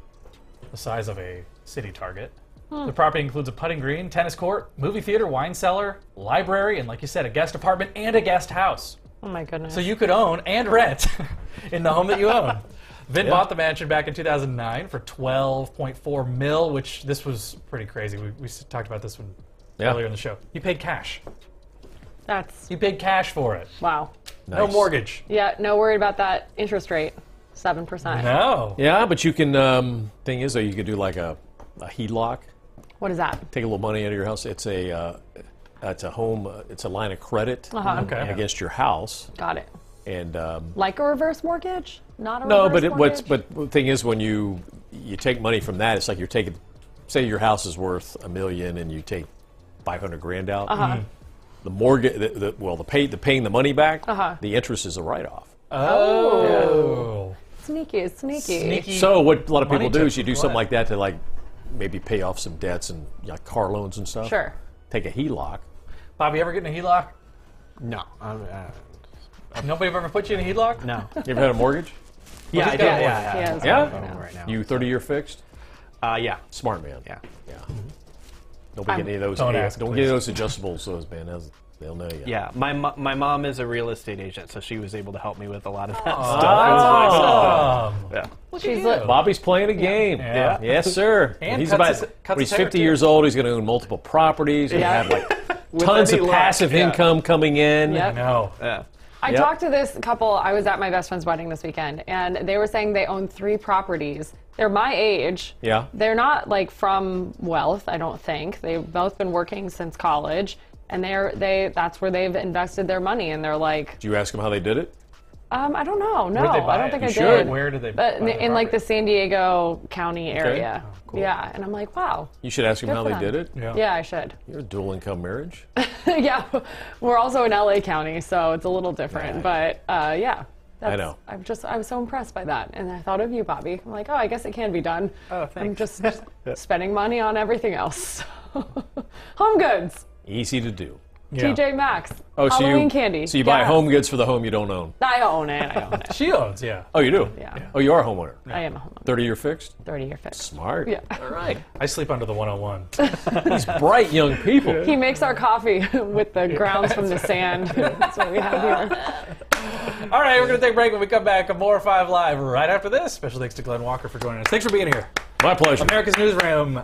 the size of a city Target. The property includes a putting green, tennis court, movie theater, wine cellar, library, and like you said, a guest apartment and a guest house.
Oh my goodness.
So you could own and rent in the home that you own. Vin bought the mansion back in 2009 for 12.4 mil, which this was pretty crazy. We, we s- talked about this one
Yeah.
earlier in the show. You paid cash.
that's
You paid cash for it.
wow.
No
Nice.
mortgage.
Yeah, no worry about that interest rate. 7%.
No.
Yeah, but you can. Um, thing is, though, you could do like a, a HELOC,
What is that?
take a little money out of your house. It's a uh, it's a home. Uh, it's a line of credit
Uh-huh.
Okay.
against your house,
Got it.
and um,
Like a reverse mortgage? Not a
no,
reverse
but it, what's
mortgage?
but the thing is, when you you take money from that, it's like you're taking. Say your house is worth a million, and you take five hundred grand out.
Uh-huh.
Mm-hmm.
The mortgage, the, the, well, the pay the paying the money back,
Uh-huh.
the interest is a write off.
Oh.
sneaky, sneaky. Mm.
Sneaky.
So what a lot of
Money
people do
tip
is you do
is
something
what?
like that to like maybe pay off some debts and like car loans and stuff.
Sure.
Take a HELOC.
Bobby, ever getting a HELOC?
No. I'm, uh,
Nobody ever put you in a HELOC?
no.
You ever had a mortgage?
yeah,
he's got
I did, yeah,
one.
He
yeah,
has
Yeah?
I don't know right now.
You thirty year fixed?
Uh, yeah.
Smart man.
Yeah.
Yeah. Don't get any of those.
Don't ask,
don't get any of those adjustables. Those man, those- they'll know you.
Yeah, my mo- my mom is a real estate agent, so she was able to help me with a lot of that
Awesome.
stuff. Yeah.
She's
you.
like,
Bobby's playing a game.
Yeah.
Yes, sir.
And
he's
cuts
about
his- cuts
when
his
he's
hair,
fifty
too.
years old. He's going to own multiple properties. He's
Yeah.
going to have like tons
any
of
luck,
passive
yeah.
income coming in.
Yep.
No.
Yeah.
I
Yep.
talked to this couple. I was at my best friend's wedding this weekend, and they were saying they own three properties. They're my age.
Yeah.
They're not like from wealth, I don't think. They've both been working since college, and they're they that's where they've invested their money. And they're like,
Do you ask him how they did it?
um, I don't know. No,
Where'd they buy
I don't
it?
think
You
I
should.
did.
Where did they
But in,
buy the
in, like the
property?
San Diego County area.
Oh, cool.
Yeah, and I'm like, wow.
You should ask him
Good
how
for
they
them.
did it.
Yeah.
Yeah, I should.
You're a dual income marriage.
yeah, we're also in LA County, so it's a little different. But uh, yeah, that's,
know.
I'm just I was so impressed by that, and I thought of you, Bobby. I'm like, oh, I guess it can be done.
Oh,
I'm
thanks.
just spending money on everything else. home goods,
Easy to do.
Yeah.
TJ Maxx,
Oh, so
Halloween
you
candy.
So you buy
Yeah.
home goods for the home you don't own.
I own it. I own it.
She owns, yeah.
Oh, you do.
Yeah.
Oh, you are a homeowner.
I am a homeowner.
Thirty year fixed.
Thirty year fix.
Smart.
Yeah.
All right.
I sleep under the 101.
Bright young people.
He makes our coffee with the grounds from the sand. That's what we have here.
All right, we're going to take a break. When we come back, more 5 Live right after this. Special thanks to Glenn Walker for joining us. Thanks for being here.
My pleasure.
America's Newsroom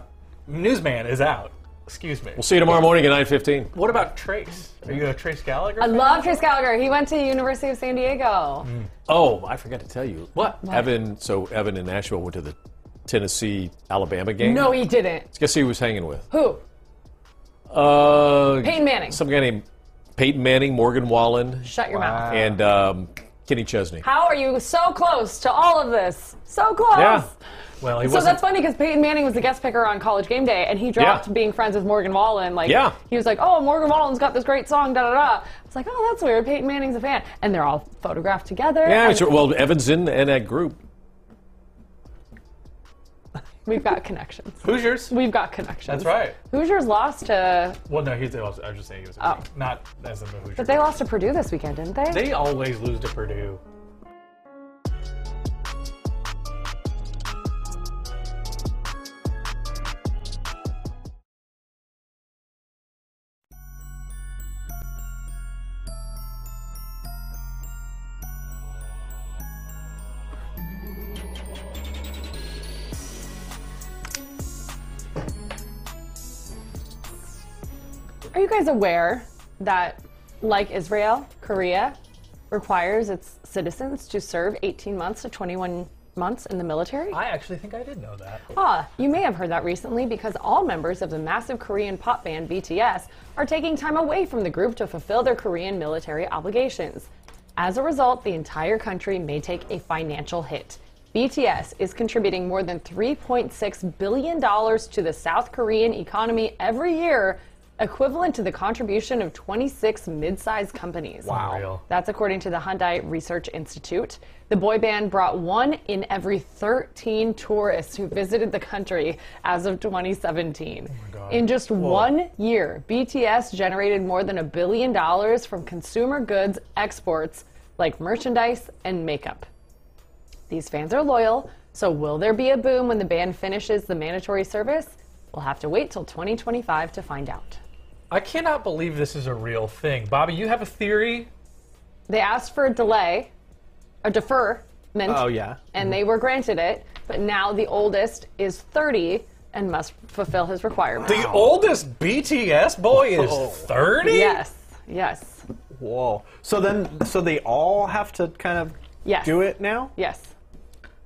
Newsman is out. Excuse me.
We'll see you tomorrow morning at nine fifteen.
What about Trace? Are you a Trace Gallagher?
I love Chris Gallagher. He went to University of San Diego.
Oh, I forgot to tell you.
What?
Evan. So Evan in Nashville went to the Tennessee Alabama game.
No, he didn't.
Guess who he was hanging with?
Who?
Uh,
Peyton Manning.
Some guy named Peyton Manning, Morgan Wallen,
Shut your mouth.
and um, Kenny Chesney.
How are you so close to all of this? So close.
Yeah.
Well, he
So
wasn't.
that's funny because Peyton Manning was the guest picker on College Game Day, and he dropped
Yeah.
being friends with Morgan Wallen. Like,
Yeah.
he was like, "Oh, Morgan Wallen's got this great song, da da da." I was like, "Oh, that's weird. Peyton Manning's a fan," and they're all photographed together.
Yeah.
and
sure. Well, Evan's in, in that group.
We've got connections.
Hoosiers?
We've got connections.
That's right.
Hoosiers lost to,
Well, no, he's. I was just saying he was. A
Oh.
Not as a Hoosier.
but they lost to Purdue this weekend, didn't they?
They always lose to Purdue.
Are you guys aware that, like Israel, Korea requires its citizens to serve 18 months to 21 months in the military?
I actually think I did know that.
Ah, you may have heard that recently because all members of the massive Korean pop band BTS are taking time away from the group to fulfill their Korean military obligations. As a result, the entire country may take a financial hit. BTS is contributing more than $3.6 billion to the South Korean economy every year, equivalent to the contribution of 26 mid sized companies.
Unreal.
That's according to the Hyundai Research Institute. The boy band brought one in every 13 tourists who visited the country as of 2017. in just one year, BTS generated more than a billion dollars from consumer goods exports like merchandise and makeup. These fans are loyal, so will there be a boom when the band finishes the mandatory service? We'll have to wait till 2025 to find out.
I cannot believe this is a real thing. Bobby, you have a theory?
They asked for a delay, a deferment.
Oh, yeah.
And they were granted it, but now the oldest is 30 and must fulfill his requirements.
The oldest BTS boy
Whoa.
is 30?
Yes, yes,
Whoa. So then, so they all have to kind of
Yes.
do it now,
yes.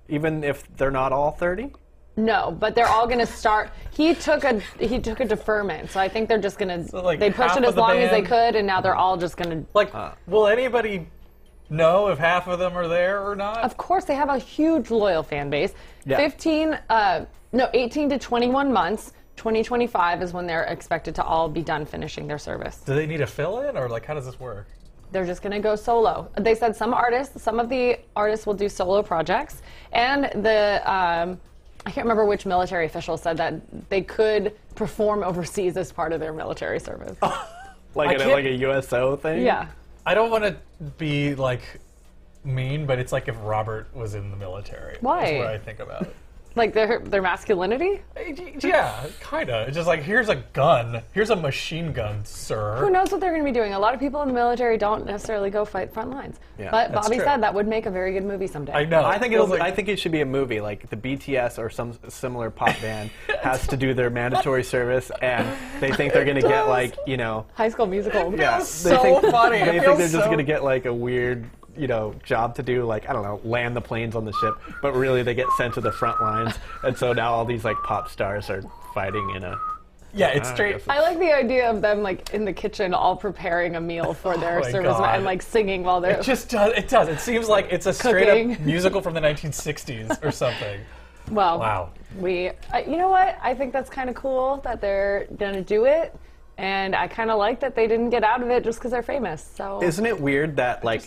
even if they're not all thirty.
No, but they're all going to start. He took a he took a deferment, so I think they're just going to
like,
they pushed
half
it
of
as
the
long as they
band-
could, and now they're all just going to.
Like, will anybody know if half of them are there or not?
Of course, they have a huge loyal fan base.
Yeah.
15, uh, no, 18 to 21 months. 2025 is when they're expected to all be done finishing their service.
Do they need a fill in or like how does this work?
they're just going to go solo. They said some artists, some of the artists will do solo projects, and the um, I can't remember which military official said that they could perform overseas as part of their military service.
Oh. I
Like a,
can't-
like a USO thing.
Yeah,
I don't want to be like mean, but it's like if Robert was in the military.
Why?
That's what I think about it.
like their their masculinity.
Yeah, kind of. It's just like, here's a gun. Here's a machine gun, sir.
Who knows what they're going to be doing? A lot of people in the military don't necessarily go fight front lines.
Yeah,
but
that's
Bobby
true.
said that would make a very good movie someday.
I know.
I think
Feels
it'll, I think it should be a movie like the BTS or some similar pop band has to do their mandatory service and they think they're going to get
does.
like, you know,
High School Musical.
yeah,
feels
they
so
think,
funny. It
They
feels
think they're just
so-
going to get like a weird, you know, job to do like I don't know, land the planes on the ship, but really they get sent to the front lines and so now all these like pop stars are fighting in a
yeah, it's
Ah, I
straight.
guess
I like the idea of them like in the kitchen, all preparing a meal for their
Oh my
service
God.
and like singing while they're
It just does. It does. It seems like it's a straight up
Cooking.
musical from the 1960s or something.
Well,
Wow.
We, uh, you know what? I think that's kind of cool that they're gonna do it, and I kind of like that they didn't get out of it just because they're famous. So
Isn't it weird that like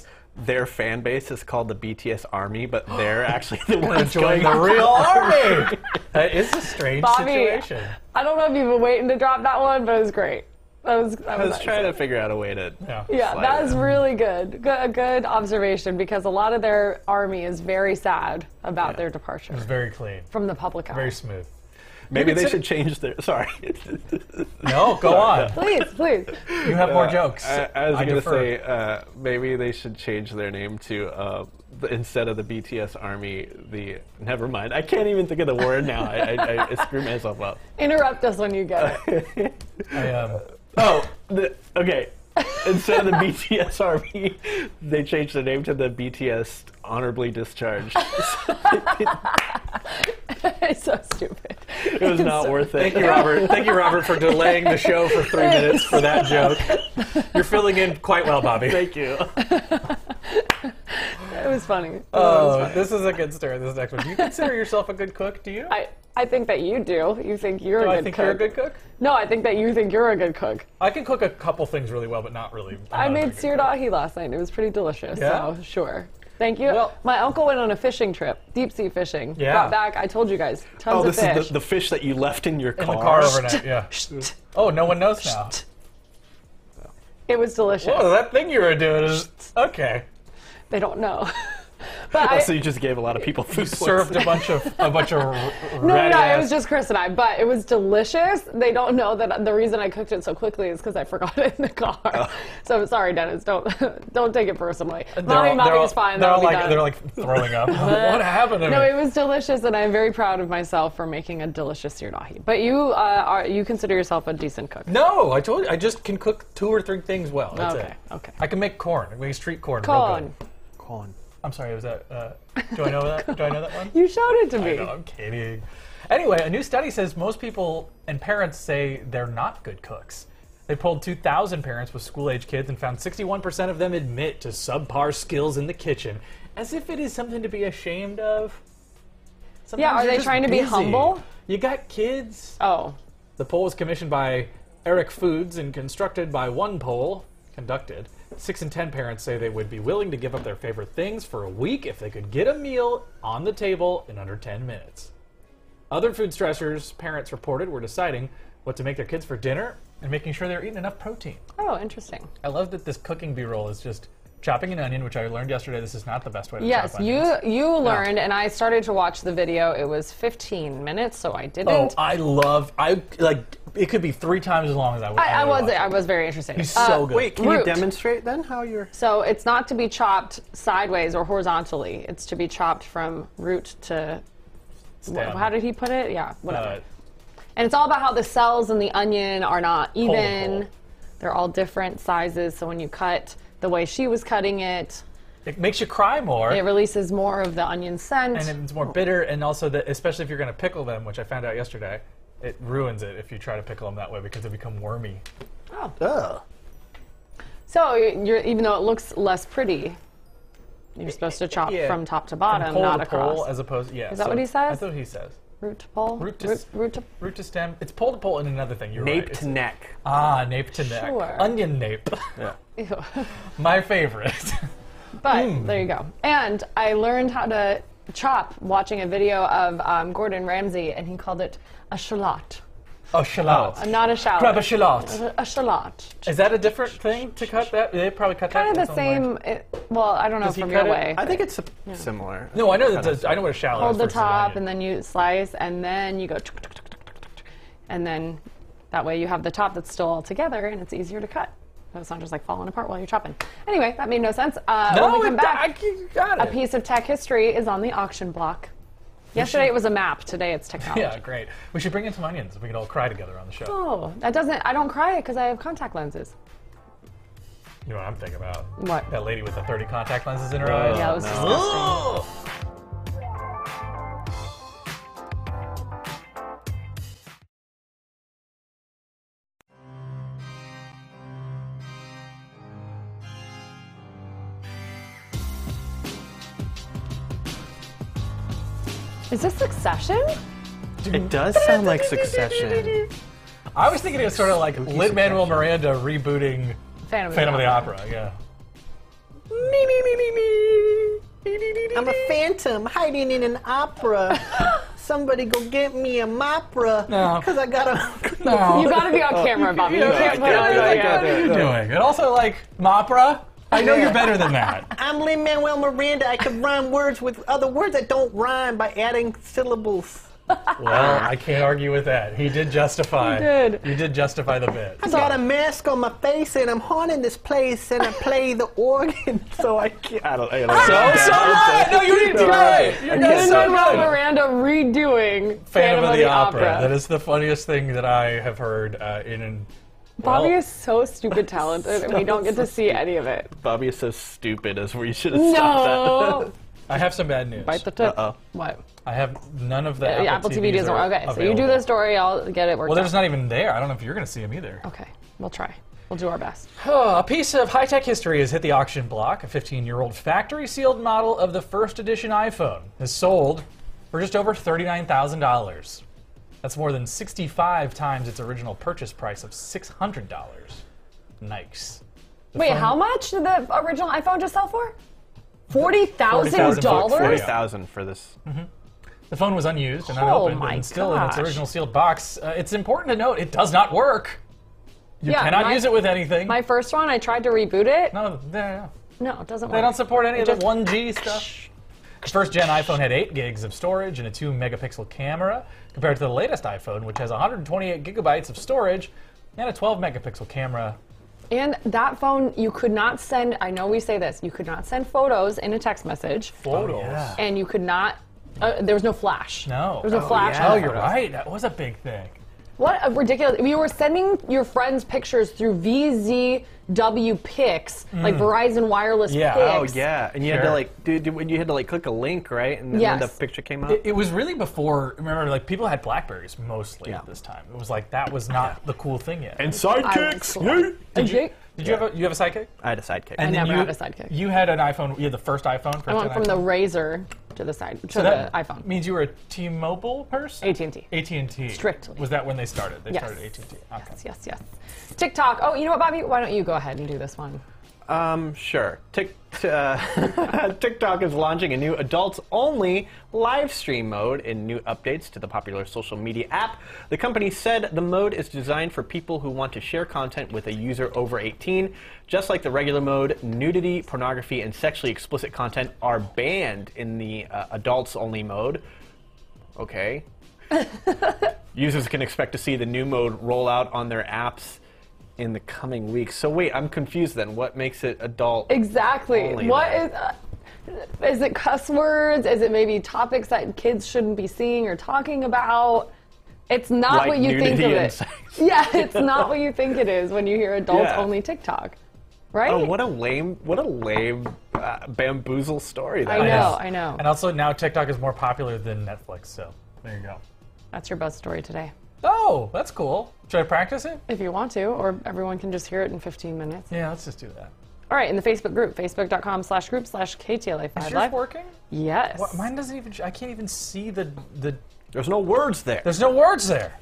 their fan base is called the BTS Army, but they're actually the ones
Enjoying the
going-
real army. That is a strange
Bobby,
situation.
I don't know if you've been waiting to drop that one, but it was great. That was. That
I
was
was
nice.
trying to figure out a way to
Yeah.
Yeah,
slide
that
it
is
in.
really good. Good, a good observation because a lot of their army is very sad about their departure
It's very clean.
from the public eye.
Very smooth.
Maybe they
Consider-
should change their. Sorry.
No, go on.
please, please.
You have more jokes.
Uh, I, I was
I
going to
defer.
say uh, maybe they should change their name to uh, the, instead of the BTS Army, the. Never mind. I can't even think of the word now. I, I, I screw myself up.
Interrupt us when you get it.
I, um,
Oh, the, okay. Instead of the BTS Army, they changed their name to the BTS Honorably Discharged.
it's so stupid.
It was not worth it.
thank you, Robert. Thank you, Robert, for delaying the show for three minutes for that joke. You're filling in quite well, Bobby.
Thank you.
It was funny.
Oh, this is a good story. This next one. Do you consider yourself a good cook? Do you?
I, I think that you do. You think you're
Do
a
I
good
think
cook.
you're a good cook?
No, I think that you think you're a good cook.
I can cook a couple things really well, but not really. I'm
I
not a very
made
good
seared
cook.
ahi last night. It was pretty delicious.
Uh, Yeah?
So sure. Thank you.
Well-
My uncle went on a fishing trip, deep sea fishing.
Yeah.
Got back. I told you guys, tons
Oh,
of
this
fish.
is the, the fish that you left in your
in
car.
the car overnight. Yeah. Oh, no one knows now. Oh,
it was delicious.
Whoa, that thing you were doing is okay.
They don't know.
Oh,
But I,
so you just gave a lot of people food.
Served a bunch of a bunch of r-
no, no,
red
no, it
ass-
was just Chris and I, but it was delicious. They don't know that the reason I cooked it so quickly is because I forgot it in the car.
Oh.
So sorry, Dennis. Don't don't take it personally. Mommy,
all-
mommy
all-
is fine.
They're
That'll
all
be
like
done.
they're like throwing up. what happened to
no,
me?
it was delicious, and I'm very proud of myself for making a delicious sirnahi. But you uh, are you consider yourself a decent cook?
no, I told you I just can cook two or three things well. That's
Okay,
it.
okay.
I can make corn. I can make street corn. real good.
Corn.
Colin.
I'm sorry. Was that? Uh, do I know that? Do I know that one?
You showed it to me.
No, I'm kidding. Anyway, a new study says most people and parents say they're not good cooks. They polled 2,000 parents with school age kids and found 61% of them admit to subpar skills in the kitchen, as if it is something to be ashamed of. Sometimes
are
you're
they
just
trying to be
busy.
humble?
You got kids.
Oh,
The poll was commissioned by Eric Foods and constructed by one poll conducted. Six in ten parents say they would be willing to give up their favorite things for a week if they could get a meal on the table in under 10 minutes. Other food stressors parents reported were deciding what to make their kids for dinner and making sure they're eating enough protein.
oh, interesting.
I love that this cooking B roll is just chopping an onion, which I learned yesterday this is not the best way to
Yes,
chop onions.
you you learned, and I started to watch the video. It was 15 minutes, so I didn't.
Oh, I love I like it could be three times as long as I would.
I, I
would
was
watch it.
I was very interested.
He's
Uh,
so good.
Wait, can
Root.
you demonstrate then how you're?
So it's not to be chopped sideways or horizontally. It's to be chopped from root to.
Stem.
How did he put it? Yeah, whatever.
Uh,
and it's all about how the cells in the onion are not even.
whole.
They're all different sizes. So when you cut the way she was cutting it,
It makes you cry more,
it releases more of the onion scent.
and it's more bitter, and also that especially if you're going to pickle them, which I found out yesterday, it ruins it if you try to pickle them that way because they become wormy.
Ugh.
so you're, even though it looks less pretty, you're supposed to chop
yeah.
from top to
From
bottom,
pole
not
to
across.
pole, as opposed, yeah. Is
that what he says?
That's what he says.
root to pole.
Root to
root,
s-
root to
Root to stem. It's pole to pole and another thing. You're
Nape
right.
to
It's-
neck.
Ah, nape to neck.
Sure.
Onion nape.
ew.
My favorite.
But
Mm.
there you go. And I learned how to chop watching a video of um, Gordon Ramsay, and he called it a shallot, Uh,
oh, shallot.
not a shallot.
Grab a shallot.
a shallot.
Is that a different thing to cut that? They probably cut
Kind
that
of the
in some way.
same. It, well, I don't know
Does he
from
cut
your
it?
way.
I think it's a, similar.
No, I know that. The, I know what a shallot
Hold
is.
the
versus an
top,
onion.
and then you slice, and then you go, tuk, tuk, tuk, tuk, tuk, tuk, tuk, and then that way you have the top that's still all together, and it's easier to cut. So it's not just like falling apart while you're chopping. Anyway, that made no sense. Uh,
No,
when we
it-
come back,
I- you got
a
it.
piece of tech history is on the auction block. Yesterday it was a map. Today it's technology.
Yeah, great. We should bring in some onions. We could all cry together on the show.
Oh, that doesn't. I don't cry because I have contact lenses.
You know what I'm thinking about?
What?
That lady with the 30 contact lenses in her eyes.
yeah, it was just
Ugh.
Is this Succession?
It does sound like Succession.
I was thinking it was sort of like Lin Manuel Miranda rebooting
Phantom,
Phantom of the Opera. Yeah.
I'm a phantom hiding in an opera. Somebody go get me a mopra.
No.
Because I got a.
You gotta be
Oh,
on camera, Bobby. You can't put it on
I
video.
got it. What are you doing? And also like Mopra. I know you're better than that.
I'm Lin Manuel Miranda. I can rhyme words with other words that don't rhyme by adding syllables.
well, I can't argue with that. He did justify.
He did.
You did justify the bit.
I got a mask on my face and I'm haunting this place and I play the organ.
So I can't. I don't. I don't
So, so what? No, you didn't do it. You did
Lin
so
Manuel
good.
Miranda redoing Phantom,
Phantom of the Opera. That is the funniest thing that I have heard uh, in an.
Bobby
well,
is so stupid talented, and we don't get to see any of it.
Bobby is so stupid as where you should have stopped
No.
I have some bad news.
Bite the tip.
Uh-oh.
What?
I have none of the
Apple,
Apple,
TV
TVs
doesn't
are
work. Okay, so you do
available.
the story. I'll get it worked
Well, there's
out.
not even there. I don't know if you're going to see them either.
Okay, we'll try. We'll do our best.
Oh, a piece of high tech history has hit the auction block. A 15 year old factory sealed model of the first edition iPhone is sold for just over $39,000. That's more than 65 times its original purchase price of $600. Nice.
Wait, how much did the original iPhone just sell for? Forty thousand
that. Forty
dollars.
thousand for this.
The phone was unused and
Oh
unopened
my
and still in its
gosh.
original sealed box. Uh, it's important to note it does not work. You
Yeah,
cannot
my-
use it with anything.
My first one, I tried to reboot it.
no, no, no.
No, it doesn't work.
They don't support any of the
just-
1G stuff. First gen iPhone had 8 gigs of storage and a 2 megapixel camera, compared to the latest iPhone, which has 128 gigabytes of storage and a 12 megapixel camera.
And that phone, you could not send, I know we say this, you could not send photos in a text message,
Photos.
yeah.
and you could not, uh, there was no flash.
No.
There was no flash.
yeah.
on
Oh,
the
you're
photos.
right. That was a big thing.
What a ridiculous. You were sending your friends pictures through VZW Pics, like Verizon Wireless
Mm. Yeah.
Pics.
Oh yeah, and you had to
Sure.
like, dude, you had to like click a link, right? And then when
Yes.
the picture came up.
It, it was really before. Remember, like people had Blackberries mostly
Yeah.
at this time. It was like that was not the cool thing yet.
And
I was
sidekicks.
slow.
yeah.
Did you?
Did you have a you have a sidekick?
I had a sidekick.
And then
never
you,
had a sidekick.
You had an iPhone. You had the first iPhone. First
I went from the razor to the side to the iPhone.
Means you were a T-Mobile person.
AT&T.
AT and T.
Strictly.
Was that when they started? They
Yes.
started AT and T. Okay.
Yes, yes, yes. TikTok. Oh, you know what, Bobby? Why don't you go ahead and do this one?
Um, sure. Tik uh, TikTok is launching a new adults-only live stream mode in new updates to the popular social media app. The company said the mode is designed for people who want to share content with a user over 18. Just like the regular mode, nudity, pornography, and sexually explicit content are banned in the uh, adults-only mode. Okay. Users can expect to see the new mode roll out on their apps in the coming weeks. So wait, I'm confused then. What makes it adult?
Exactly.
Only
What
that.
is? Uh, is it cuss words? Is it maybe topics that kids shouldn't be seeing or talking about? It's not
Like
what you think
nudity
of
and
it.
sex.
Yeah, it's not what you think it is when you hear adults
Yeah.
only TikTok, right?
Oh, what a lame, what a lame uh, bamboozle story that
I
is.
know, I know.
And also now TikTok is more popular than Netflix. So there you go.
That's your best story today.
Oh, that's cool. Should I practice it?
If you want to, or everyone can just hear it in 15 minutes.
Yeah, let's just do that.
All right, in the Facebook group, facebook.com slash group slash
Is
KTLA5
yours
Live.
working?
Yes.
What, mine doesn't even. sh- I can't even see the the.
There's no words there.
There's no words there.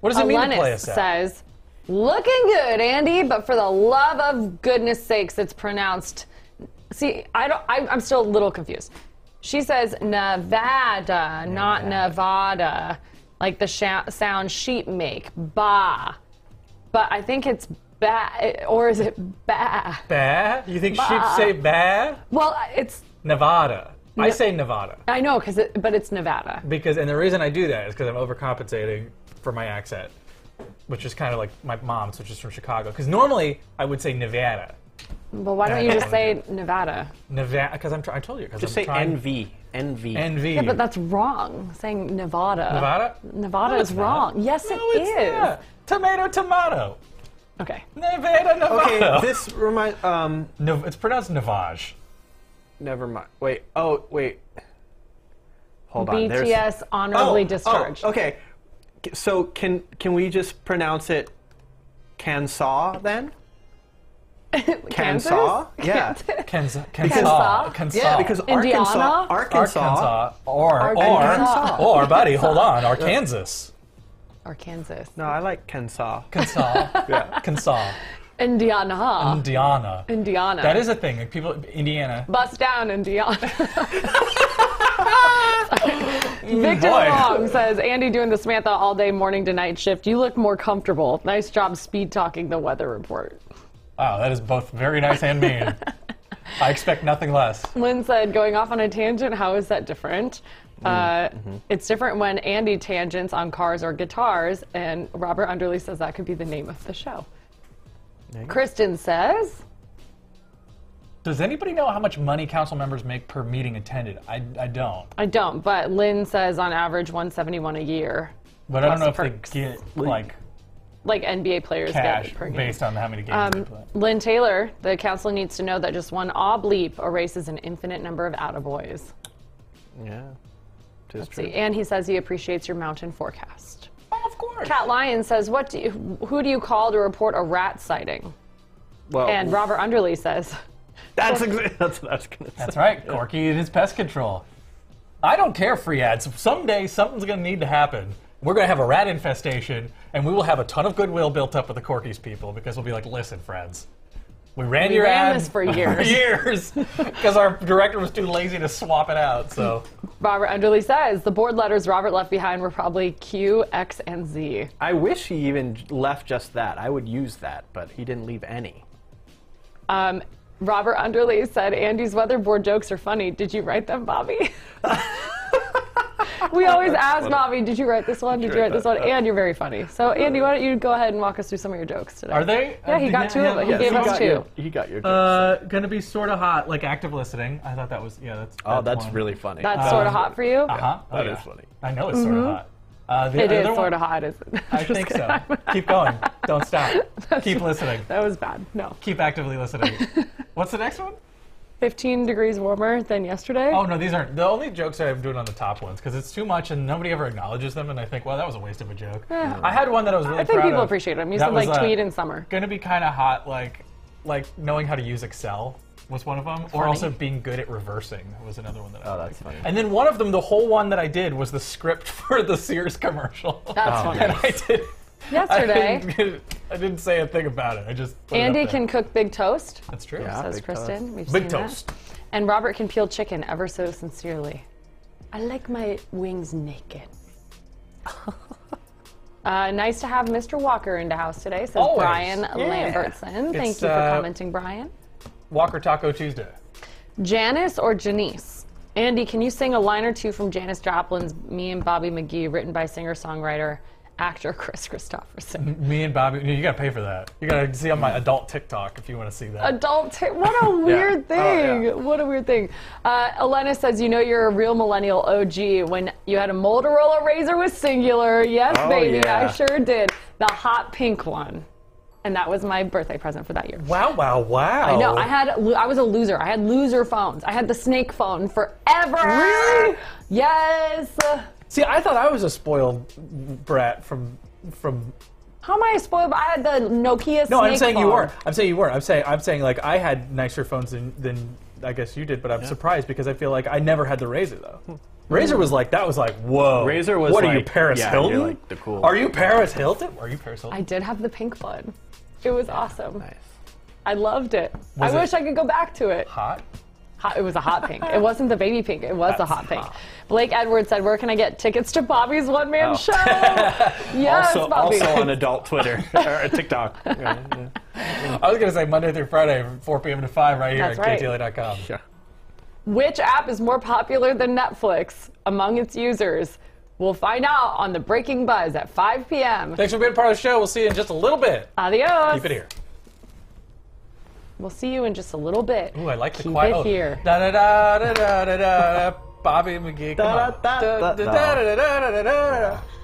What does it mean to play
Alanis
a set?
says, looking good, Andy, but for the love of goodness sakes, it's pronounced. See, I don't, I, I'm still a little confused. She says Nevada, not Nevada, like the sha- sound sheep make. Ba. But I think it's ba, or is it ba?
Bah? You think sheep say bah?
Well, it's,
Nevada. I say Nevada
I know, cause it, but it's Nevada.
because, and the reason I do that is because I'm overcompensating for my accent, which is kind of like my mom's, which is from Chicago. Because normally I would say Nevada,
But why don't you just say Nevada?
Nevada, because I'm. Try- I told you. 'cause
Just
I'm
say
trying-
NV. NV.
NV.
Yeah, but that's wrong. Saying Nevada.
Nevada.
Nevada
No,
is
it's not.
wrong. Yes,
no,
it
it's
is.
not. Tomato, tomato.
Okay.
Nevada, Nevada.
Okay, this remind. Um,
No, it's pronounced Navaj.
never mind. Wait. Oh, wait. Hold on.
BTS
There's.
honorably discharged.
Oh, okay. K- So can can we just pronounce it Kansaw then?
Kansas?
Kansaw? Yeah.
Kansas.
Kansas?
Kansas. Kansas.
Yeah, because
Indiana?
Arkansas, Arkansas,
Arkansas or
Arkansas.
or or buddy, hold on, Arkansas.
Or Kansas.
No, I like Kansas.
Kansas. Kansas.
Indiana.
Mm.
Indiana.
Indiana.
That is a thing. Like people Indiana.
Bust down, Indiana. Victor
boy.
Long says, Andy doing the Samantha all day morning to night shift. You look more comfortable. Nice job speed talking the weather report.
Wow, that is both very nice and mean. I expect nothing less.
Lynn said, going off on a tangent, how is that different?
Mm,
Uh,
mm-hmm.
It's different when Andy tangents on cars or guitars, and Robert Underly says that could be the name of the show. Kristen says,
Does anybody know how much money council members make per meeting attended? I, I don't.
I don't, but Lynn says on average 171 a year,
But I don't know if
Plus
they
perks.
get like
like NBA players
cash
get per game. Um,
based on how many games they play.
Lynn Taylor, the council needs to know that just one obleep erases an infinite number of attaboys.
Yeah. Tis true.
See, and he says he appreciates your mountain forecast.
Oh, of course.
Cat Lion says, "What do you, who do you call to report a rat sighting?"
Well,
And Robert Underly says,
That's exa- that's what I was gonna say.
That's right, Corky and his pest control. I don't care free ads. Someday something's going to need to happen. We're going to have a rat infestation, and we will have a ton of goodwill built up with the Corky's people because we'll be like, listen, friends, we ran your
ran
ad
this for years."
because our director was too lazy to swap it out. So
Robert Underly says, the board letters Robert left behind were probably Q, X, and Z.
I wish he even j- left just that. I would use that, but he didn't leave any.
Um, Robert Underley said, Andy's weatherboard jokes are funny. Did you write them, Bobby? we always ask Bobby, did you write this one? Did you write this one? And you're very funny. So, Andy, why don't you go ahead and walk us through some of your jokes today?
Are they?
Yeah, he
Uh,
got two of them. He
yes,
gave us
got
two.
you.
He got your.
Uh, gonna be sort of hot, like active listening. I thought that was yeah. That's
oh, that's
one.
really funny.
That's sort of hot for you?
Uh huh.
That is funny.
I know it's sort of hot. Uh,
Mm-hmm.
the
It is
other one-
sort of hot, isn't it?
I think so. Keep going. Don't stop. Keep listening.
That was bad. No.
Keep actively listening. What's the next one?
15 degrees warmer than yesterday.
Oh no, these aren't the only jokes I'm doing on the top ones because it's too much and nobody ever acknowledges them, and I think, well, that was a waste of a joke. I had one that I was really.
I think
proud
people
of.
appreciate them. You
That
said
was,
like
uh,
tweet in summer.
Gonna be kind of hot, like like knowing how to use Excel was one of them, or also being good at reversing was another one that. I
Oh, that's
liked.
funny.
And then one of them, the whole one that I did was the script for the Sears commercial.
Oh,
That's funny.
and I did. I
Yesterday,
didn't, I didn't say a thing about it. I just put it
Andy
up there.
can cook big toast,
That's true.
Yeah.
says
big
Kristen. We've
Big
seen
toast.
That. And Robert can peel chicken ever so sincerely. I like my wings naked. uh, nice to have Mr. Walker into house today, says
Always.
Brian
Yeah.
Lambertson. Thank
It's,
you for
uh,
commenting, Brian.
Walker Taco Tuesday.
Janice or Janice? Andy, can you sing a line or two from Janice Joplin's Me and Bobby McGee, written by singer songwriter actor Chris Christopherson?
Me and Bobby, you gotta pay for that. You gotta see on my adult TikTok if you want to see that.
Adult, ta- what a weird thing.
Oh, yeah.
What a weird thing. Uh, Elena says, You know, you're a real millennial OG when you had a Motorola razor with singular. Yes,
Oh,
baby,
yeah.
I sure did. The hot pink one. And that was my birthday present for that year.
wow, wow, wow.
I know. I had. lo- I was a loser. I had loser phones. I had the snake phone forever.
Really?
Yes.
See, I thought I was a spoiled brat from from.
How am I spoiled? I had the Nokia.
No, I'm
Snake
saying you
phone.
were. I'm saying you were. I'm saying I'm saying like I had nicer phones than than I guess you did, but I'm surprised because I feel like I never had the Razor though. Razor was like that was like whoa.
Razor was
What are you
like-
Paris
yeah, you're
Hilton?
like the cool-
Are you Paris Hilton? Are you Paris Hilton?
I did have the pink phone. It was awesome.
nice.
I loved it.
Was
I
it-
wish I could go back to it.
Hot.
Hot, it was a hot pink. It wasn't the baby pink. It was the
That's
hot pink.
hot.
Blake Edwards said, "Where can I get tickets to Bobby's one-man
Oh.
show?" yes,
also,
Bobby.
also on adult Twitter or TikTok. Yeah, yeah.
I was gonna say Monday through Friday, from 4 p.m. to 5, right here
That's
at
right.
KTLA.com.
Sure.
Which app is more popular than Netflix among its users? We'll find out on the Breaking Buzz at 5 p.m.
Thanks for being part of the show. We'll see you in just a little bit.
Adios.
Keep it here.
We'll see you in just a little bit.
Ooh, I like the
Keep
quiet.
it
oh.
here.
Da da da da da da da da. Bobby McGee. come on.
Da, da,
Da,
da, da,
da, da, da, da, da, da, da, da.